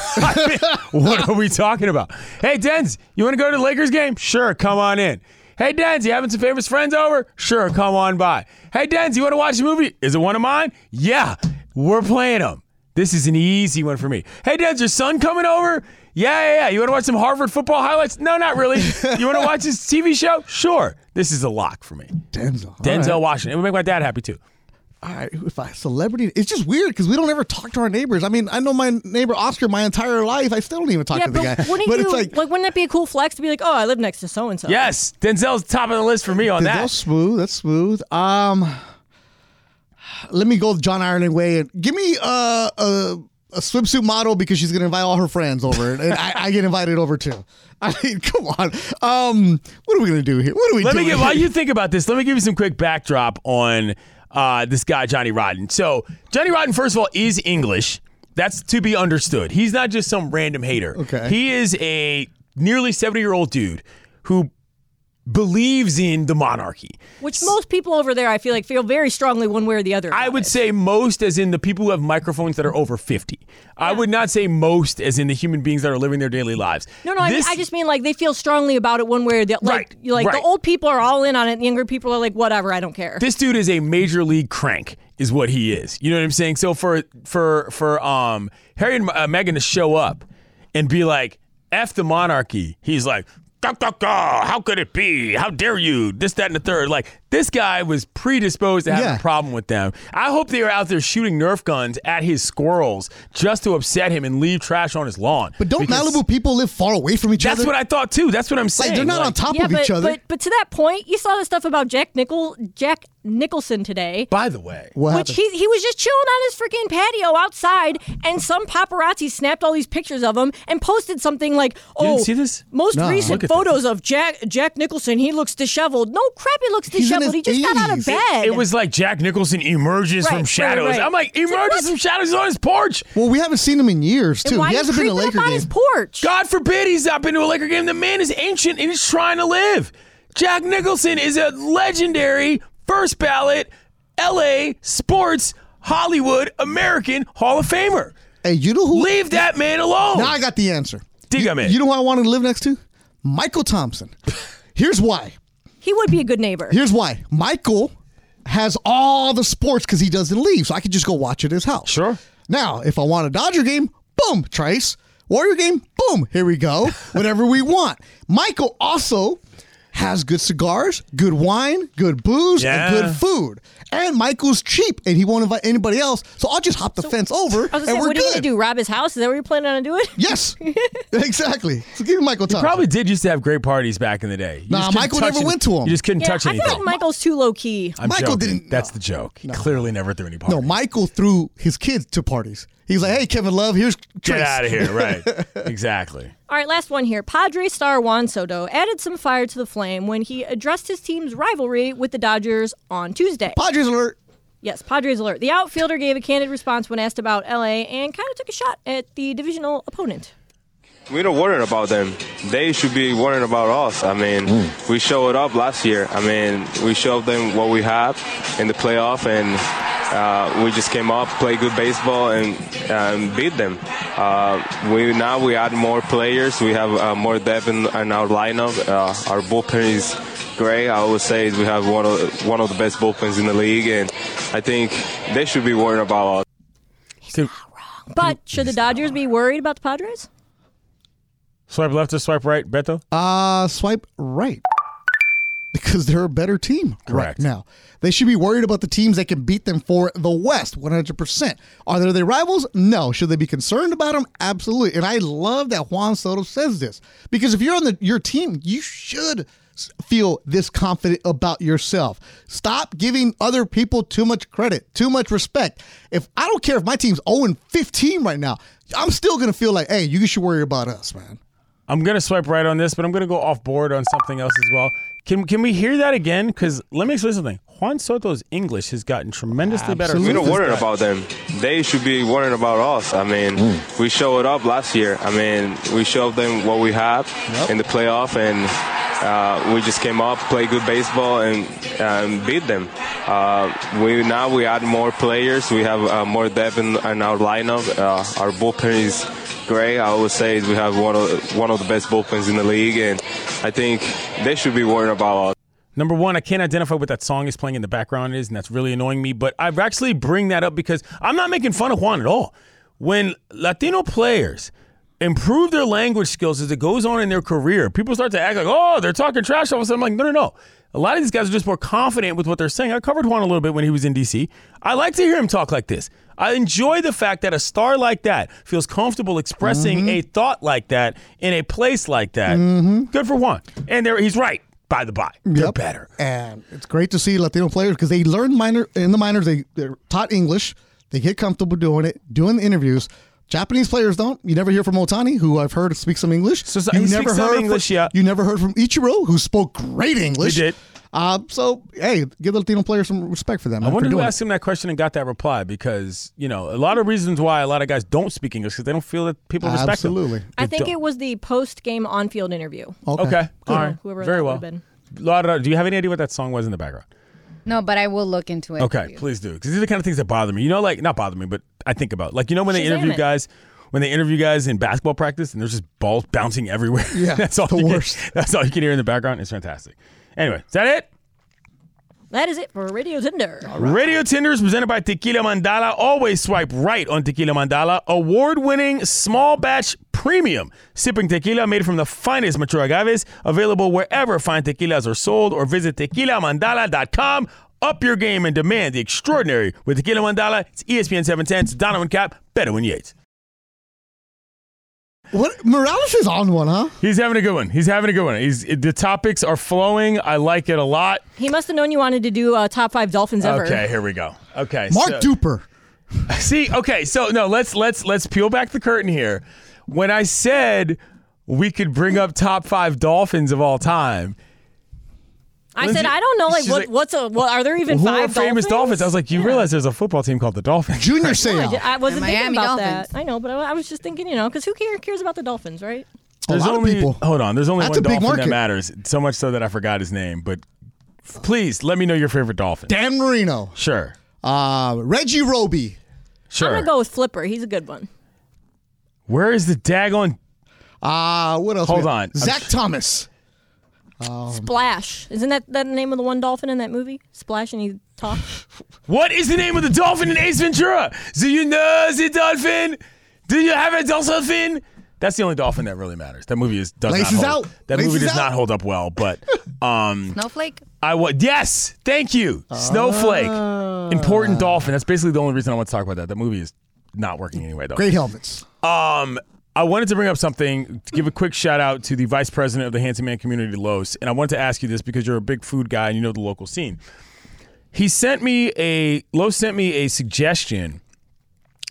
A: I mean, what are we talking about? Hey, Denz, you want to go to the Lakers game? Sure, come on in. Hey, Denz, you having some famous friends over? Sure, come on by. Hey, Denz, you want to watch a movie? Is it one of mine? Yeah, we're playing them. This is an easy one for me. Hey, Denz, your son coming over? Yeah, yeah, yeah. You want to watch some Harvard football highlights? No, not really. You want to watch his TV show? Sure. This is a lock for me.
C: Denzel. All
A: Denzel
C: right.
A: Washington. It would make my dad happy too.
C: All right, if I celebrity, it's just weird because we don't ever talk to our neighbors. I mean, I know my neighbor Oscar my entire life. I still don't even talk to the guy.
B: wouldn't
C: but
B: you,
C: it's like,
B: wouldn't that be a cool flex to be like, oh, I live next to so and so?
A: Yes, Denzel's top of the list for me on
C: Denzel's
A: that.
C: smooth. That's smooth. Um, let me go with John Ireland way and give me uh, a a swimsuit model because she's gonna invite all her friends over, and I, I get invited over too. I mean, come on. Um, what are we gonna do here? What are we?
A: Let me
C: doing
A: get
C: here?
A: while you think about this. Let me give you some quick backdrop on uh, this guy Johnny Rodden. So Johnny Rodden, first of all, is English. That's to be understood. He's not just some random hater.
C: Okay.
A: He is a nearly seventy year old dude who believes in the monarchy.
B: Which most people over there, I feel like, feel very strongly one way or the other.
A: I
B: about
A: would
B: it.
A: say most, as in the people who have microphones that are over fifty. I would not say most, as in the human beings that are living their daily lives.
B: No, no, I, mean,
A: This-
B: I just mean like they feel strongly about it one way or the other. Like,
A: Right,
B: you- like
A: right.
B: the old people are all in on it, and the younger people are like, whatever, I don't care.
A: This dude is a major league crank, is what he is. You know what I'm saying? So for for for um Harry and uh, Meghan to show up and be like, "F the monarchy," he's like, "Gah, gah, gah, "How could it be? How dare you?" This, that, and the third. Like this guy was predisposed to having
C: Yeah.
A: a problem with them. I hope they are out there shooting Nerf guns at his squirrels just to upset him and leave trash on his lawn.
C: But don't
A: Because
C: Malibu people live far away from each
A: That's
C: other?
A: what I thought too. That's what I'm saying.
C: like. They're not on top
B: yeah,
C: of
B: but,
C: each other.
B: but but to that point, you saw the stuff about Jack Nichol Jack Nicholson today.
A: By the way,
C: what
B: Which
C: happened?
B: he, he was just chilling on his freaking patio outside, and some paparazzi snapped all these pictures of him and posted something like, "Oh,
A: You didn't see this?
B: most
C: No.
A: Look
B: recent
A: at this.
B: photos of Jack Jack Nicholson. He looks disheveled. No crap, he looks
C: He's in
B: disheveled. He
C: his
B: just got out of
C: 80s.
B: bed.
A: It was like Jack Nicholson emerges
B: Right,
A: from
B: right,
A: shadows.
B: right.
A: I'm like,
B: It's like,
A: emerges
B: what?
A: from shadows he's on his porch.
C: well, we haven't seen him in years
B: And
C: too.
B: why are
C: He
B: you
C: hasn't been to a
B: creeping
C: Laker
B: up on
C: game.
B: his porch.
A: God forbid he's not been to a Laker game. The man is ancient and he's trying to live. Jack Nicholson is a legendary first ballot LA sports Hollywood American Hall of Famer.
C: Hey, you know who?
A: Leave that man alone.
C: Now I got the answer.
A: Dig
C: you,
A: him in.
C: You know who I want to live next to? Michael Thompson. Here's why.
B: He would be a good neighbor.
C: Here's why. Michael has all the sports because he doesn't leave, so I could just go watch it at his house.
A: Sure.
C: Now, if I want a Dodger game, boom, Trace. Warrior game, boom, here we go. Whatever we want. Michael also has good cigars, good wine, good booze,
A: Yeah.
C: and good food. And Michael's cheap, and he won't invite anybody else, so I'll just hop the fence over,
B: I was
C: and
B: gonna say, what are
C: we're
B: you
C: good.
B: gonna do? Rob his house? Is that what you're planning on doing?
C: Yes, exactly. So give me Michael Thompson.
A: Probably did used to have great parties back in the day. You
C: Nah,
A: just couldn't
C: Michael
A: touch
C: never went to 'em.
A: You just couldn't
B: Yeah, I
A: touch
B: feel
A: anything.
B: like Michael's too low key.
A: I'm
C: Michael
A: joking.
C: didn't-
A: That's the joke. He clearly never threw any parties.
C: No, Michael threw his kids to parties. He's like, "Hey, Kevin Love, here's
A: Get
C: Trace.
A: out of here. Right. exactly.
B: All right, last one here. Padre star Juan Soto added some fire to the flame when he addressed his team's rivalry with the Dodgers on Tuesday.
C: Padres alert."
B: Yes, Padres alert. The outfielder gave a candid response when asked about LA and kind of took a shot at the divisional opponent.
F: We don't worry about them. They should be worrying about us. I mean, we showed up last year. I mean, we showed them what we have in the playoff, and uh, we just came up, played good baseball, and um, beat them. Uh, we now we add more players. We have uh, more depth in, in our lineup. Uh, our bullpen is great. I would say we have one of one of the best bullpens in the league, and I think they should be worrying about us.
A: So,
B: But should the Dodgers be worried about the Padres?
A: swipe left or swipe right, Beto?
C: Uh, swipe right. Because they're a better team
A: Correct.
C: right now. They should be worried about the teams that can beat them for the West 100%. Are they their rivals? No. Should they be concerned about them? Absolutely. And I love that Juan Soto says this because if you're on the, your team, you should s- feel this confident about yourself. Stop giving other people too much credit, too much respect. If I don't care if my team's 0 15 right now, I'm still going to feel like, hey, you should worry about us, man.
A: I'm gonna swipe right on this, but I'm gonna go off board on something else as well. Can can we hear that again? Because let me explain something. Juan Soto's English has gotten tremendously
C: Absolutely.
A: better.
F: We
C: Who's
F: don't
C: this
F: worry
C: guy?
F: about them. They should be worrying about us. I mean, we showed up last year. I mean, we showed them what we have in the playoff, and uh, we just came up, played good baseball, and um, beat them. Uh, we now we add more players. We have uh, more depth in, in our lineup. Uh, our bullpen is great. I would say we have one of one of the best bullpens in the league, and I think they should be worrying about us.
A: Number one, I can't identify what that song is playing in the background is, and that's really annoying me. But I've actually bring that up because I'm not making fun of Juan at all. When Latino players improve their language skills as it goes on in their career, people start to act like, oh, they're talking trash all of a sudden. I'm like, no, no, no. A lot of these guys are just more confident with what they're saying. I covered Juan a little bit when he was in DC. I like to hear him talk like this. I enjoy the fact that a star like that feels comfortable expressing a thought like that in a place like that. Good for Juan. And there, he's right, by the by. They're
C: Yep.
A: better.
C: And it's great to see Latino players because they learn minor in the minors. They they're taught English. They get comfortable doing it, doing the interviews. Japanese players don't. You never hear from Otani, who I've heard speaks some English.
A: So- so-
C: you
A: he speaks some English,
C: from,
A: yeah.
C: You never heard from Ichiro, who spoke great English.
A: He did.
C: Uh, so hey, give the Latino players some respect for them.
A: I
C: man, for
A: wonder who
C: doing it.
A: asked him that question and got that reply because, you know, a lot of reasons why a lot of guys don't speak English because they don't feel that people respect
C: Absolutely.
A: them.
B: I think it was the post game on field interview.
C: Oh.
A: Okay. okay. All right.
B: Whoever
A: Very
B: that
A: well.
B: would've been.
A: La- da- da- Do you have any idea what that song was in the background?
D: No, but I will look into it.
A: Okay, please do. Because these are the kind of things that bother me. You know, like, not bother me, but I think about. Like, you know, when they
B: Shazam
A: interview
B: it.
A: guys. When they interview guys in basketball practice and there's just balls bouncing everywhere.
C: Yeah,
A: that's all
C: the
A: you can-
C: worst.
A: that's all you can hear in the background. It's fantastic. Anyway, is that it?
B: That is it for Radio Tinder.
A: Radio Tinder is presented by Tequila Mandala. Always swipe right on Tequila Mandala, award winning small batch premium sipping tequila made from the finest mature agaves, available wherever fine tequilas are sold or visit tequilamandala.com. Up your game and demand the extraordinary with Tequila Mandala. It's E ESPN 710, Donovan Cap, Better and Yates.
C: What Morales is on one, huh?
A: He's having a good one. He's having a good one. He's, the topics are flowing. I like it a lot.
B: He must have known you wanted to do uh, top five Dolphins ever.
A: Okay, here we go. Okay.
C: Mark
A: so-
C: Duper.
A: See, okay, so no, let's let's let's peel back the curtain here. When I said we could bring up top five dolphins of all time,
B: I
A: Lindsay-
B: said I don't know like
A: she's
B: what
A: like,
B: what's a what are there even
A: who
B: five
A: are famous dolphins? I was like, you realize there's a football team called the Dolphins.
C: Junior Seau.
B: I wasn't
D: The
B: thinking
D: Miami
B: about
D: Dolphins.
B: that. I know, but I I was just thinking, you know, because who care- cares about the Dolphins, right?
C: A lot
A: only,
C: of people.
A: Hold on. There's only
C: That's
A: one
C: a big
A: dolphin that
C: market.
A: matters. So much so that I forgot his name. But f- please let me know your favorite dolphin.
C: Dan Marino,
A: Sure.
C: uh, Reggie Roby.
B: I'm
A: Sure.
B: gonna go with Flipper. He's a good one.
A: Where is the daggone?
C: Uh, what else? we
A: Hold
C: got?
A: on.
C: Zach Thomas.
A: Um,
B: Splash. Isn't that, that the name of the one dolphin in that movie? Splash and he talks.
A: What is the name of the dolphin in Ace Ventura? Do you know the dolphin? Do you have a dolphin? That's the only dolphin that really matters. That movie is does
C: Laces
A: not hold,
C: out.
A: That movie
C: Laces
A: does not
C: out.
A: hold up well. But um,
D: Snowflake.
A: I was yes, thank you, Snowflake,
C: Ah.
A: important dolphin. That's basically the only reason I want to talk about that. That movie is not working anyway though.
C: Great helmets.
A: Um, I wanted to bring up something to give a quick shout out to the vice president of the Handsome Man community, Los, and I wanted to ask you this because you're a big food guy and you know the local scene. He sent me a Los sent me a suggestion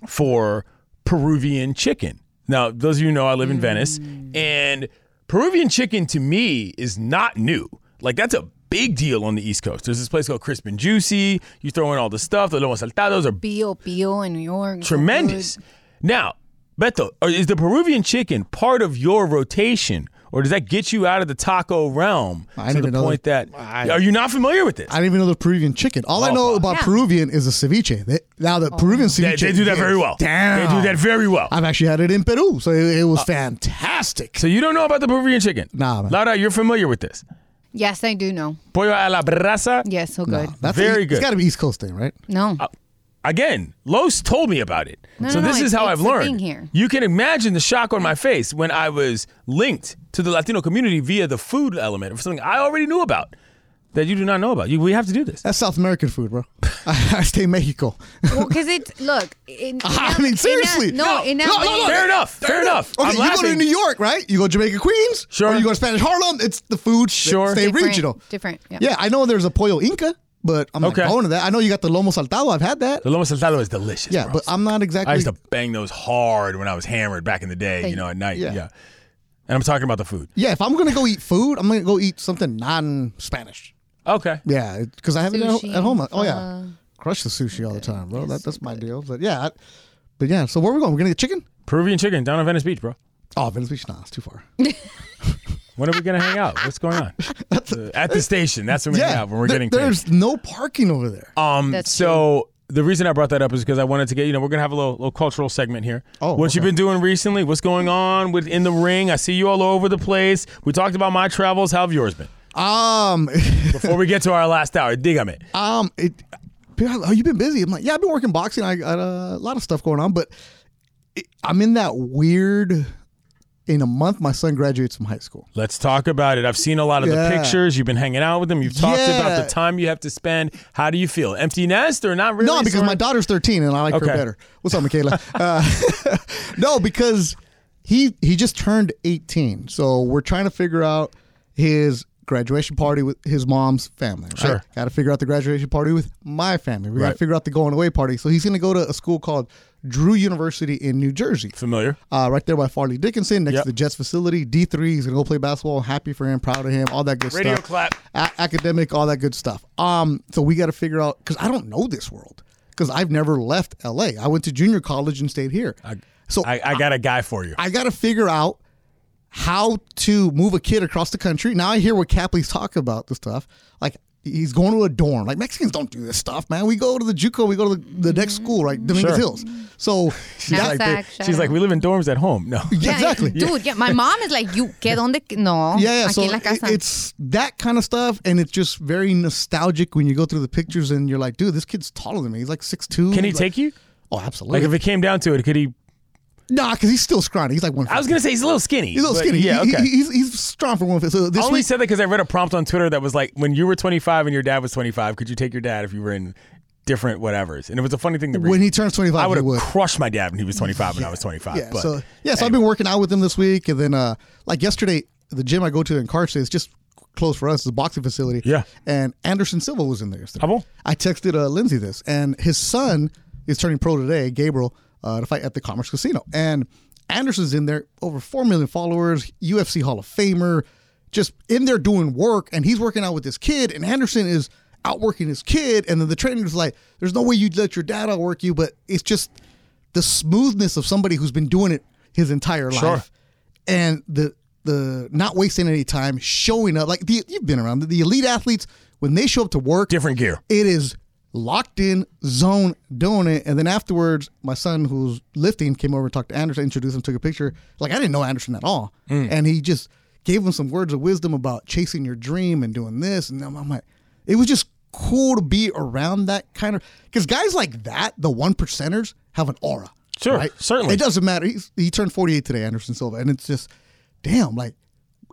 A: for Peruvian chicken. Now, those of you who know I live in Venice, and Peruvian chicken to me is not new. Like that's a big deal on the East Coast. There's this place called Crisp and Juicy. You throw in all the stuff, the lomo saltados are
D: Pio Pio in New York. So
A: tremendous. Now, Beto, are- is the Peruvian chicken part of your rotation, or does that get you out of the taco realm
C: I
A: to
C: didn't
A: the
C: even know
A: point that? are you not familiar with this?
C: I didn't even know the Peruvian chicken. All
A: Oh,
C: I know about
D: Yeah. Oh.
C: Peruvian is the ceviche. They, now the Peruvian
A: they,
C: ceviche.
A: they do that very well.
C: Damn.
A: They do that very well. Uh,
C: I've actually had it in Peru, so it, it was fantastic.
A: so you don't know about the Peruvian chicken?
C: Nah, man.
A: Laura, you're familiar with this.
D: good. Yes, I do know.
A: Pollo a la brasa.
D: Yes, so good.
C: That's
A: Very
C: a-
A: good.
C: It's got to be East Coast thing, right?
D: No.
A: Again, Los told me about it.
D: No,
A: so
D: no, no,
A: this is
D: it's-
A: how
D: it's
A: I've
D: the
A: learned.
D: thing here.
A: You can imagine the shock on my face when I was linked to the Latino community via the food element of something I already knew about that you do not know about. You, we have to do this.
C: That's South American food, bro. I, stay in Mexico.
D: Well, because it's look. In,
C: I
D: in-
C: mean,
D: in-
C: seriously.
D: no, in
C: No, no, no.
A: Fair enough. Fair enough.
C: Okay,
A: I'm
C: you
A: laughing.
C: go to New York, right? You go to Jamaica Queens.
A: Sure.
C: Or you go to Spanish Harlem. It's the food. They
A: Sure.
C: Stay
D: Different,
C: regional.
D: different, yeah.
C: I know there's a pollo Inca, but I'm
A: Okay.
C: not going to that. I know you got the lomo saltado. I've had that.
A: the lomo saltado is delicious.
C: Yeah,
A: bro.
C: but I'm not
A: I
C: exactly.
A: used to bang those hard when I was hammered back in the day. You know, at night. Yeah.
C: Yeah.
A: And I'm talking about the food.
C: yeah, if I'm gonna go eat food, I'm gonna go eat something non-Spanish.
A: Okay.
C: Yeah, because I have it
D: Sushi,
C: at- at home. Oh yeah,
D: pho.
C: crush the sushi all the time, bro. That, that's my deal. But yeah, I, but yeah. So where are we going? We're gonna get chicken.
A: Peruvian chicken down on Venice Beach, bro.
C: Oh, Venice Beach. Nah, it's too far.
A: When are we gonna hang out? What's going on? Uh, at the station. That's when we hang
C: yeah,
A: out when we're
C: there-
A: getting paid.
C: there's no parking over there.
A: Um,
D: That's
A: so the reason I brought that up is because I wanted to get you know we're gonna have a little, little cultural segment here.
C: Oh,
A: what you've
C: okay.
A: been doing recently? What's going on with in the ring? I see you all over the place. We talked about my travels. How have yours been?
C: Um,
A: Before we get to our last hour, dig on it.
C: um, it. People, are like, oh, you've been busy. I'm like, yeah, I've been working boxing. I got a lot of stuff going on, but it, I'm in that weird. In a month, my son graduates from high school.
A: Let's talk about it. I've seen a lot of
C: Yeah.
A: the pictures. You've been hanging out with them. You've talked about
C: Yeah.
A: the time you have to spend. How do you feel? Empty nest or not really?
C: No, because
A: sort
C: my
A: of?
C: daughter's 13 and I like
A: Okay.
C: her better. What's up, Michaela? uh, no, because he he just turned 18, so we're trying to figure out his graduation party with his mom's family. Right?
A: Sure.
C: Got to figure out the graduation party with my family. We got
A: Right.
C: to figure out the going away party. So he's going to go to a school called Drew University in New Jersey.
A: familiar.
C: Uh, right there by Farley Dickinson, next
A: Yep.
C: to the Jets facility, D three. He's gonna go play basketball. Happy for him, proud of him, all that good
A: Radio
C: stuff.
A: clap.
C: A- academic, all that good stuff. Um, so we got to figure out because I don't know this world because I've never left LA. I went to junior college and stayed here. so
A: I, I got a guy for you.
C: I got to figure out how to move a kid across the country. Now I hear what Capley's talk about the stuff. Like he's going to a dorm. Like Mexicans don't do this stuff, man. We go to the JUCO. We go to the, the next school, right? Dominguez
A: Sure.
C: Hills. So
A: She's
D: That's
A: like, they-
D: action.
A: she's like, we live in dorms at home. No,
D: Yeah,
C: exactly.
D: dude. Yeah, my mom is like, you get on the no.
C: Yeah, yeah.
D: Oh, Aquí
C: So
D: en la
C: it-
D: casa.
C: it's that kind of stuff, and it's just very nostalgic when you go through the pictures and you're like, dude, this kid's taller than me. He's like six two.
A: can he take you?
C: Oh,
A: Like,
C: absolutely.
A: if it came down to it, could he?
C: nah, because he's still scrawny. He's like one.
A: I was gonna say he's a little skinny.
C: He's a little
A: but
C: skinny.
A: Yeah,
C: He- he-
A: okay.
C: he's, he's strong for one fifty. So this
A: I only
C: week,
A: said that because I read a prompt on Twitter that was like, when you were 25 and your dad was 25, could you take your dad if you were in different whatever's? And it was a funny thing to read.
C: when he turns twenty
A: I
C: five,
A: would
C: he
A: have
C: would.
A: crushed my dad when he was 25 and I was 25.
C: Yeah.
A: but
C: so yeah, so I've been working out with him this week, and then uh, like yesterday, the gym I go to in Carson is just close for us. It's a boxing facility.
A: Yeah.
C: And Anderson Silva was in there yesterday.
A: How about?
C: I texted uh, Lindsay this, and his son is turning pro today, Gabriel, uh, to fight at the Commerce Casino. And Anderson's in there, over four million followers, UFC Hall of Famer, just in there doing work, and he's working out with this kid, and Anderson is outworking his kid, and then the trainer's like, "There's no way you'd let your dad outwork you," but it's just the smoothness of somebody who's been doing it his entire life,
A: Sure.
C: and the the not wasting any time, showing up. Like the, you've been around the, the elite athletes when they show up to work,
A: Different gear.
C: it is locked in, zone, doing it. And then afterwards, my son who's lifting came over and talked to Anderson, introduced him, took a picture. Like I didn't know Anderson at all.
A: Mm.
C: And he just gave him some words of wisdom about chasing your dream and doing this. And I'm, I'm like, it was just cool to be around that kind of because guys like that, the one percenters, have an aura.
A: Sure, certainly.
C: It doesn't matter. He's, he turned 48 today, Anderson Silva, and it's just, damn, like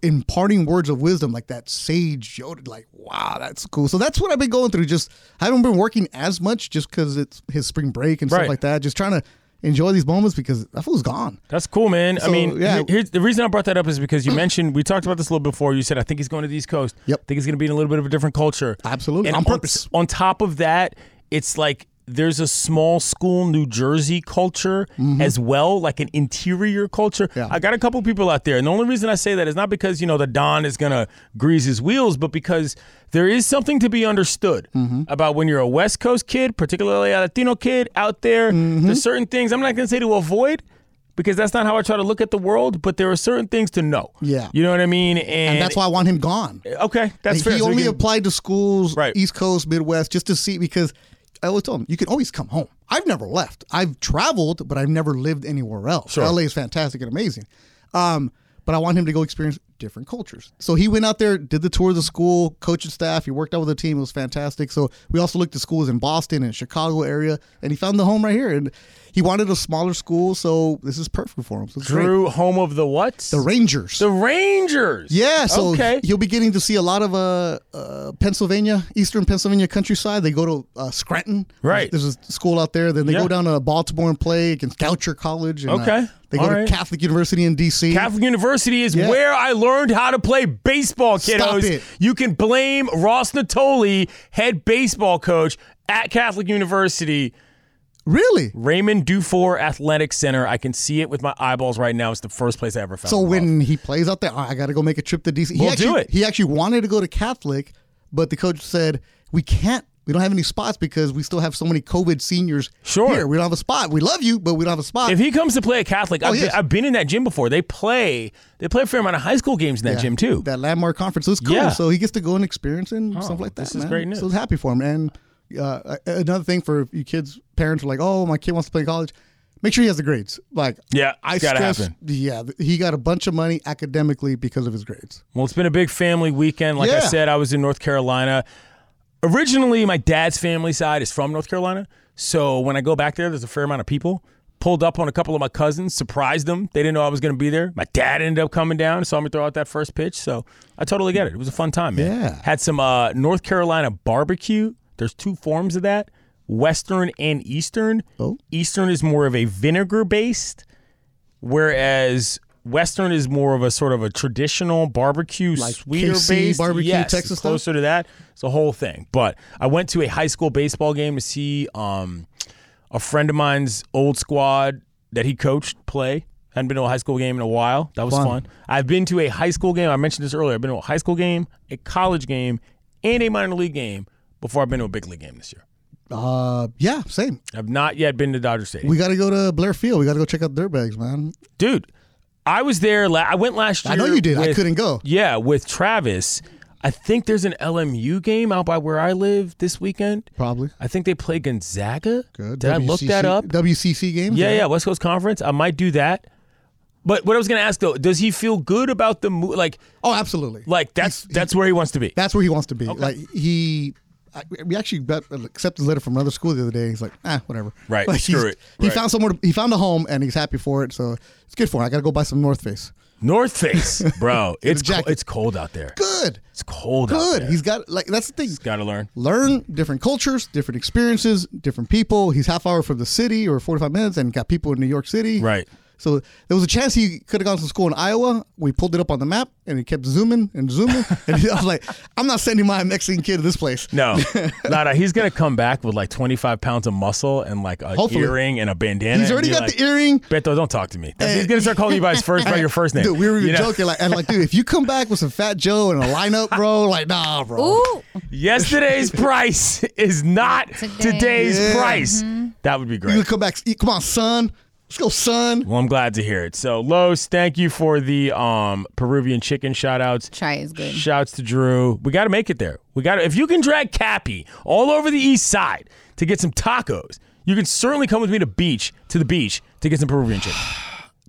C: imparting words of wisdom like that sage Yoda. Like, wow, that's cool. So that's what I've been going through. Just I haven't been working as much just because it's his spring break and stuff
A: Right.
C: like that. Just trying to enjoy these moments because that fool's gone.
A: That's cool, man. I
C: So,
A: mean,
C: yeah.
A: here- here's, the reason I brought that up is because you mentioned we talked about this a little before. You said I think he's going to the East Coast.
C: Yep.
A: I think he's going to be in a little bit of a different culture.
C: Absolutely. On purpose.
A: On, top of that, it's like there's a small school New Jersey culture as well, like an interior culture.
C: Mm-hmm. Yeah.
A: I got a couple people out there, and the only reason I say that is not because you know the Don is going to grease his wheels, but because there is something to be understood
C: Mm-hmm.
A: about when you're a West Coast kid, particularly a Latino kid out there.
C: Mm-hmm.
A: There's certain things I'm not going to say to avoid. Because that's not how I try to look at the world, but there are certain things to know.
C: Yeah.
A: you know what I mean, and,
C: And, that's why I want him gone.
A: Okay, that's
C: Like,
A: fair.
C: He
A: So we
C: only
A: can-
C: applied to schools,
A: Right.
C: East Coast, Midwest, just to see because I always told him you can always come home. I've never left. I've traveled, but I've never lived anywhere else.
A: Sure.
C: LA is fantastic and amazing. Um, but I want him to go experience different cultures. So he went out there, did the tour of the school, coaching staff. He worked out with the team. It was fantastic. So we also looked at schools in Boston and Chicago area, and he found the home right here. And he wanted a smaller school, so this is perfect for him. So it's great.
A: Drew, home of the what?
C: the Rangers.
A: The Rangers.
C: Yeah, so
A: okay.
C: you'll be getting to see a lot of uh, uh, Pennsylvania, eastern Pennsylvania countryside. They go to uh, Scranton.
A: Right.
C: There's a school out there. Then they
A: Yeah.
C: go down to Baltimore and play against Goucher College. And, uh,
A: Okay.
C: they go
A: All
C: to
A: right.
C: Catholic University in D.C.
A: Catholic University is
C: Yeah.
A: where I learned how to play baseball, kiddos.
C: Stop it.
A: You can blame Ross Natoli, head baseball coach at Catholic University,
C: really?
A: Raymond Dufour Athletic Center. I can see it with my eyeballs right now. It's the first place I ever found.
C: So
A: love.
C: when he plays out there, "Oh, I got to go make a trip to D.C. He
A: We'll
C: actually,
A: do it.
C: He actually wanted to go to Catholic, but the coach said, we can't. We don't have any spots because we still have so many COVID seniors
A: Sure.
C: here. We don't have a spot. We love you, but we don't have a spot.
A: if he comes to play at Catholic, I've,
C: Oh, he
A: been,
C: is.
A: I've been in that gym before. They play they play a fair amount of high school games in that
C: Yeah,
A: gym too.
C: That landmark conference. So it's cool.
A: Yeah. Oh,
C: So he gets to go and experience and stuff like that.
A: this is
C: man.
A: great news.
C: So it's happy for him. And uh, a- another thing for you kids, parents are like, oh, my kid wants to play in college. Make sure he has the grades. Like,
A: Yeah,
C: I
A: it's gotta
C: stress.
A: happen.
C: Yeah, th- he got a bunch of money academically because of his grades.
A: Well, it's been a big family weekend. Like I
C: Yeah.
A: said, I was in North Carolina. Originally, my dad's family side is from North Carolina. So when I go back there, there's a fair amount of people. Pulled up on a couple of my cousins, surprised them. They didn't know I was going to be there. My dad ended up coming down, saw me throw out that first pitch. So I totally get it. It was a fun time, man.
C: Yeah.
A: Had some uh, North Carolina barbecue. There's two forms of that Western and Eastern.
C: Oh.
A: Eastern is more of a vinegar based whereas Western is more of a sort of a traditional barbecue, sweeter
C: KC
A: based
C: barbecue,
A: yes,
C: Texas
A: it's closer to that. It's a whole thing. But I went to a high school baseball game to see um, a friend of mine's old squad that he coached play. Hadn't been to a high school game in a while. That was fun.
C: Fun.
A: I've been to a high school game. I mentioned this earlier. I've been to a high school game, a college game, and a minor league game before I've been to a big league game this year.
C: Uh, yeah, same.
A: I've not yet been to Dodger Stadium.
C: We got to go to Blair Field. We got to go check out Dirtbags, man.
A: dude. I was there. La- I went last year.
C: I know you did. I
A: with-
C: couldn't go.
A: Yeah, with Travis. I think there's an LMU game out by where I live this weekend.
C: Probably.
A: I think they play Gonzaga.
C: Good.
A: Did I look that
C: WCC
A: up?
C: WCC games?
A: Yeah, yeah, West Coast Conference. I might do that. But what I was gonna ask though, does he feel good about the move? Like,
C: Oh, absolutely.
A: like that's that's where he wants to be.
C: That's where he wants to be. Like he, I, we actually got accepted a letter from another school the other day. He's like, ah, whatever.
A: Right,
C: Like,
A: screw
C: he's-
A: it.
C: He
A: Right.
C: found somewhere. To, he found a home, and he's happy for it. So it's good for him. I got to go buy some North Face.
A: North Face, bro. it's co-
C: jacket.
A: it's cold out there.
C: Good.
A: It's cold out
C: Good.
A: there.
C: He's got like that's the thing.
A: got to learn.
C: Learn different cultures, different experiences, different people. He's half hour from the city or forty five minutes, and got people in New York City.
A: Right.
C: So there was a chance he could have gone to school in Iowa. We pulled it up on the map, and he kept zooming and zooming. and I was like, I'm not sending my Mexican kid to this place.
A: No, Nada. He's gonna come back with like 25 pounds of muscle and like a
C: Hopefully.
A: earring and a bandana.
C: He's
A: and
C: already
A: be
C: got
A: like,
C: the earring.
A: Beto, don't talk to me. That's- he's gonna start calling you by his first by your first name.
C: Uh, Dude, we were
A: You
C: even
A: know?
C: joking, like, and like, dude, if you come back with some Fat Joe and a lineup, bro, like, nah, bro.
D: Ooh,
A: Yesterday's price is not
D: Today.
A: today's
C: Yeah.
A: price. That would be
C: You
A: great.
C: come back, come on, son. Let's go, son.
A: Well, I'm glad to hear it. So, Los, thank you for the um, Peruvian chicken shout outs.
D: Chai is good.
A: Shouts to Drew. We got to make it there. We got to if you can drag Cappy all over the east side to get some tacos, you can certainly come with me to beach to the beach to get some Peruvian chicken.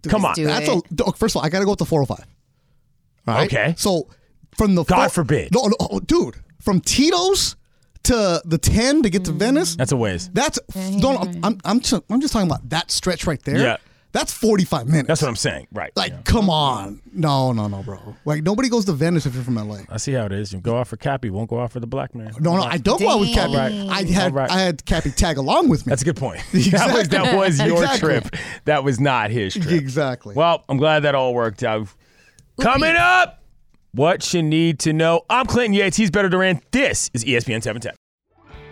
A: come on.
D: do
C: That's a dog, first of all, I gotta go with the 405. All right?
A: Okay.
C: So from the
A: God forbid.
C: No, no, oh, dude, from Tito's to the 10 to get to Venice.
A: That's a ways.
C: That's no, no, I'm I'm just, I'm just talking about that stretch right there.
A: Yeah.
C: That's 45 minutes.
A: That's what I'm saying. Right.
C: Like, come on. No, no, no, bro. Like nobody goes to Venice if you're from LA.
A: I see how it is. You go out for Cappy, won't go out for the black man.
C: No, no, I don't go out with Cappy.
A: Alright.
C: I had
A: Alright.
C: I had Cappy tag along with me.
A: That's a good point. That was, that
C: Exactly.
A: was your
C: Exactly.
A: trip. That was not his trip.
C: Exactly.
A: Well, I'm glad that all worked out. Coming up, what you need to know. I'm Clinton Yates. He's Better Durant. This is E ESPN 710.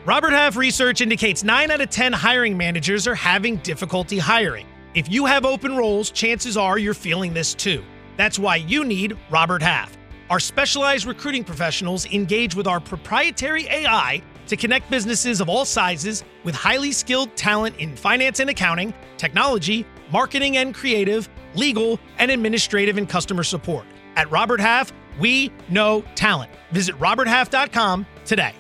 G: Robert Half research indicates 9 out of 10 hiring managers are having difficulty hiring. If you have open roles, chances are you're feeling this too. That's why you need Robert Half. Our specialized recruiting professionals engage with our proprietary AI to connect businesses of all sizes with highly skilled talent in finance and accounting, technology, marketing and creative, legal, and administrative and customer support. At Robert Half, we know talent. Visit roberthalf.com today.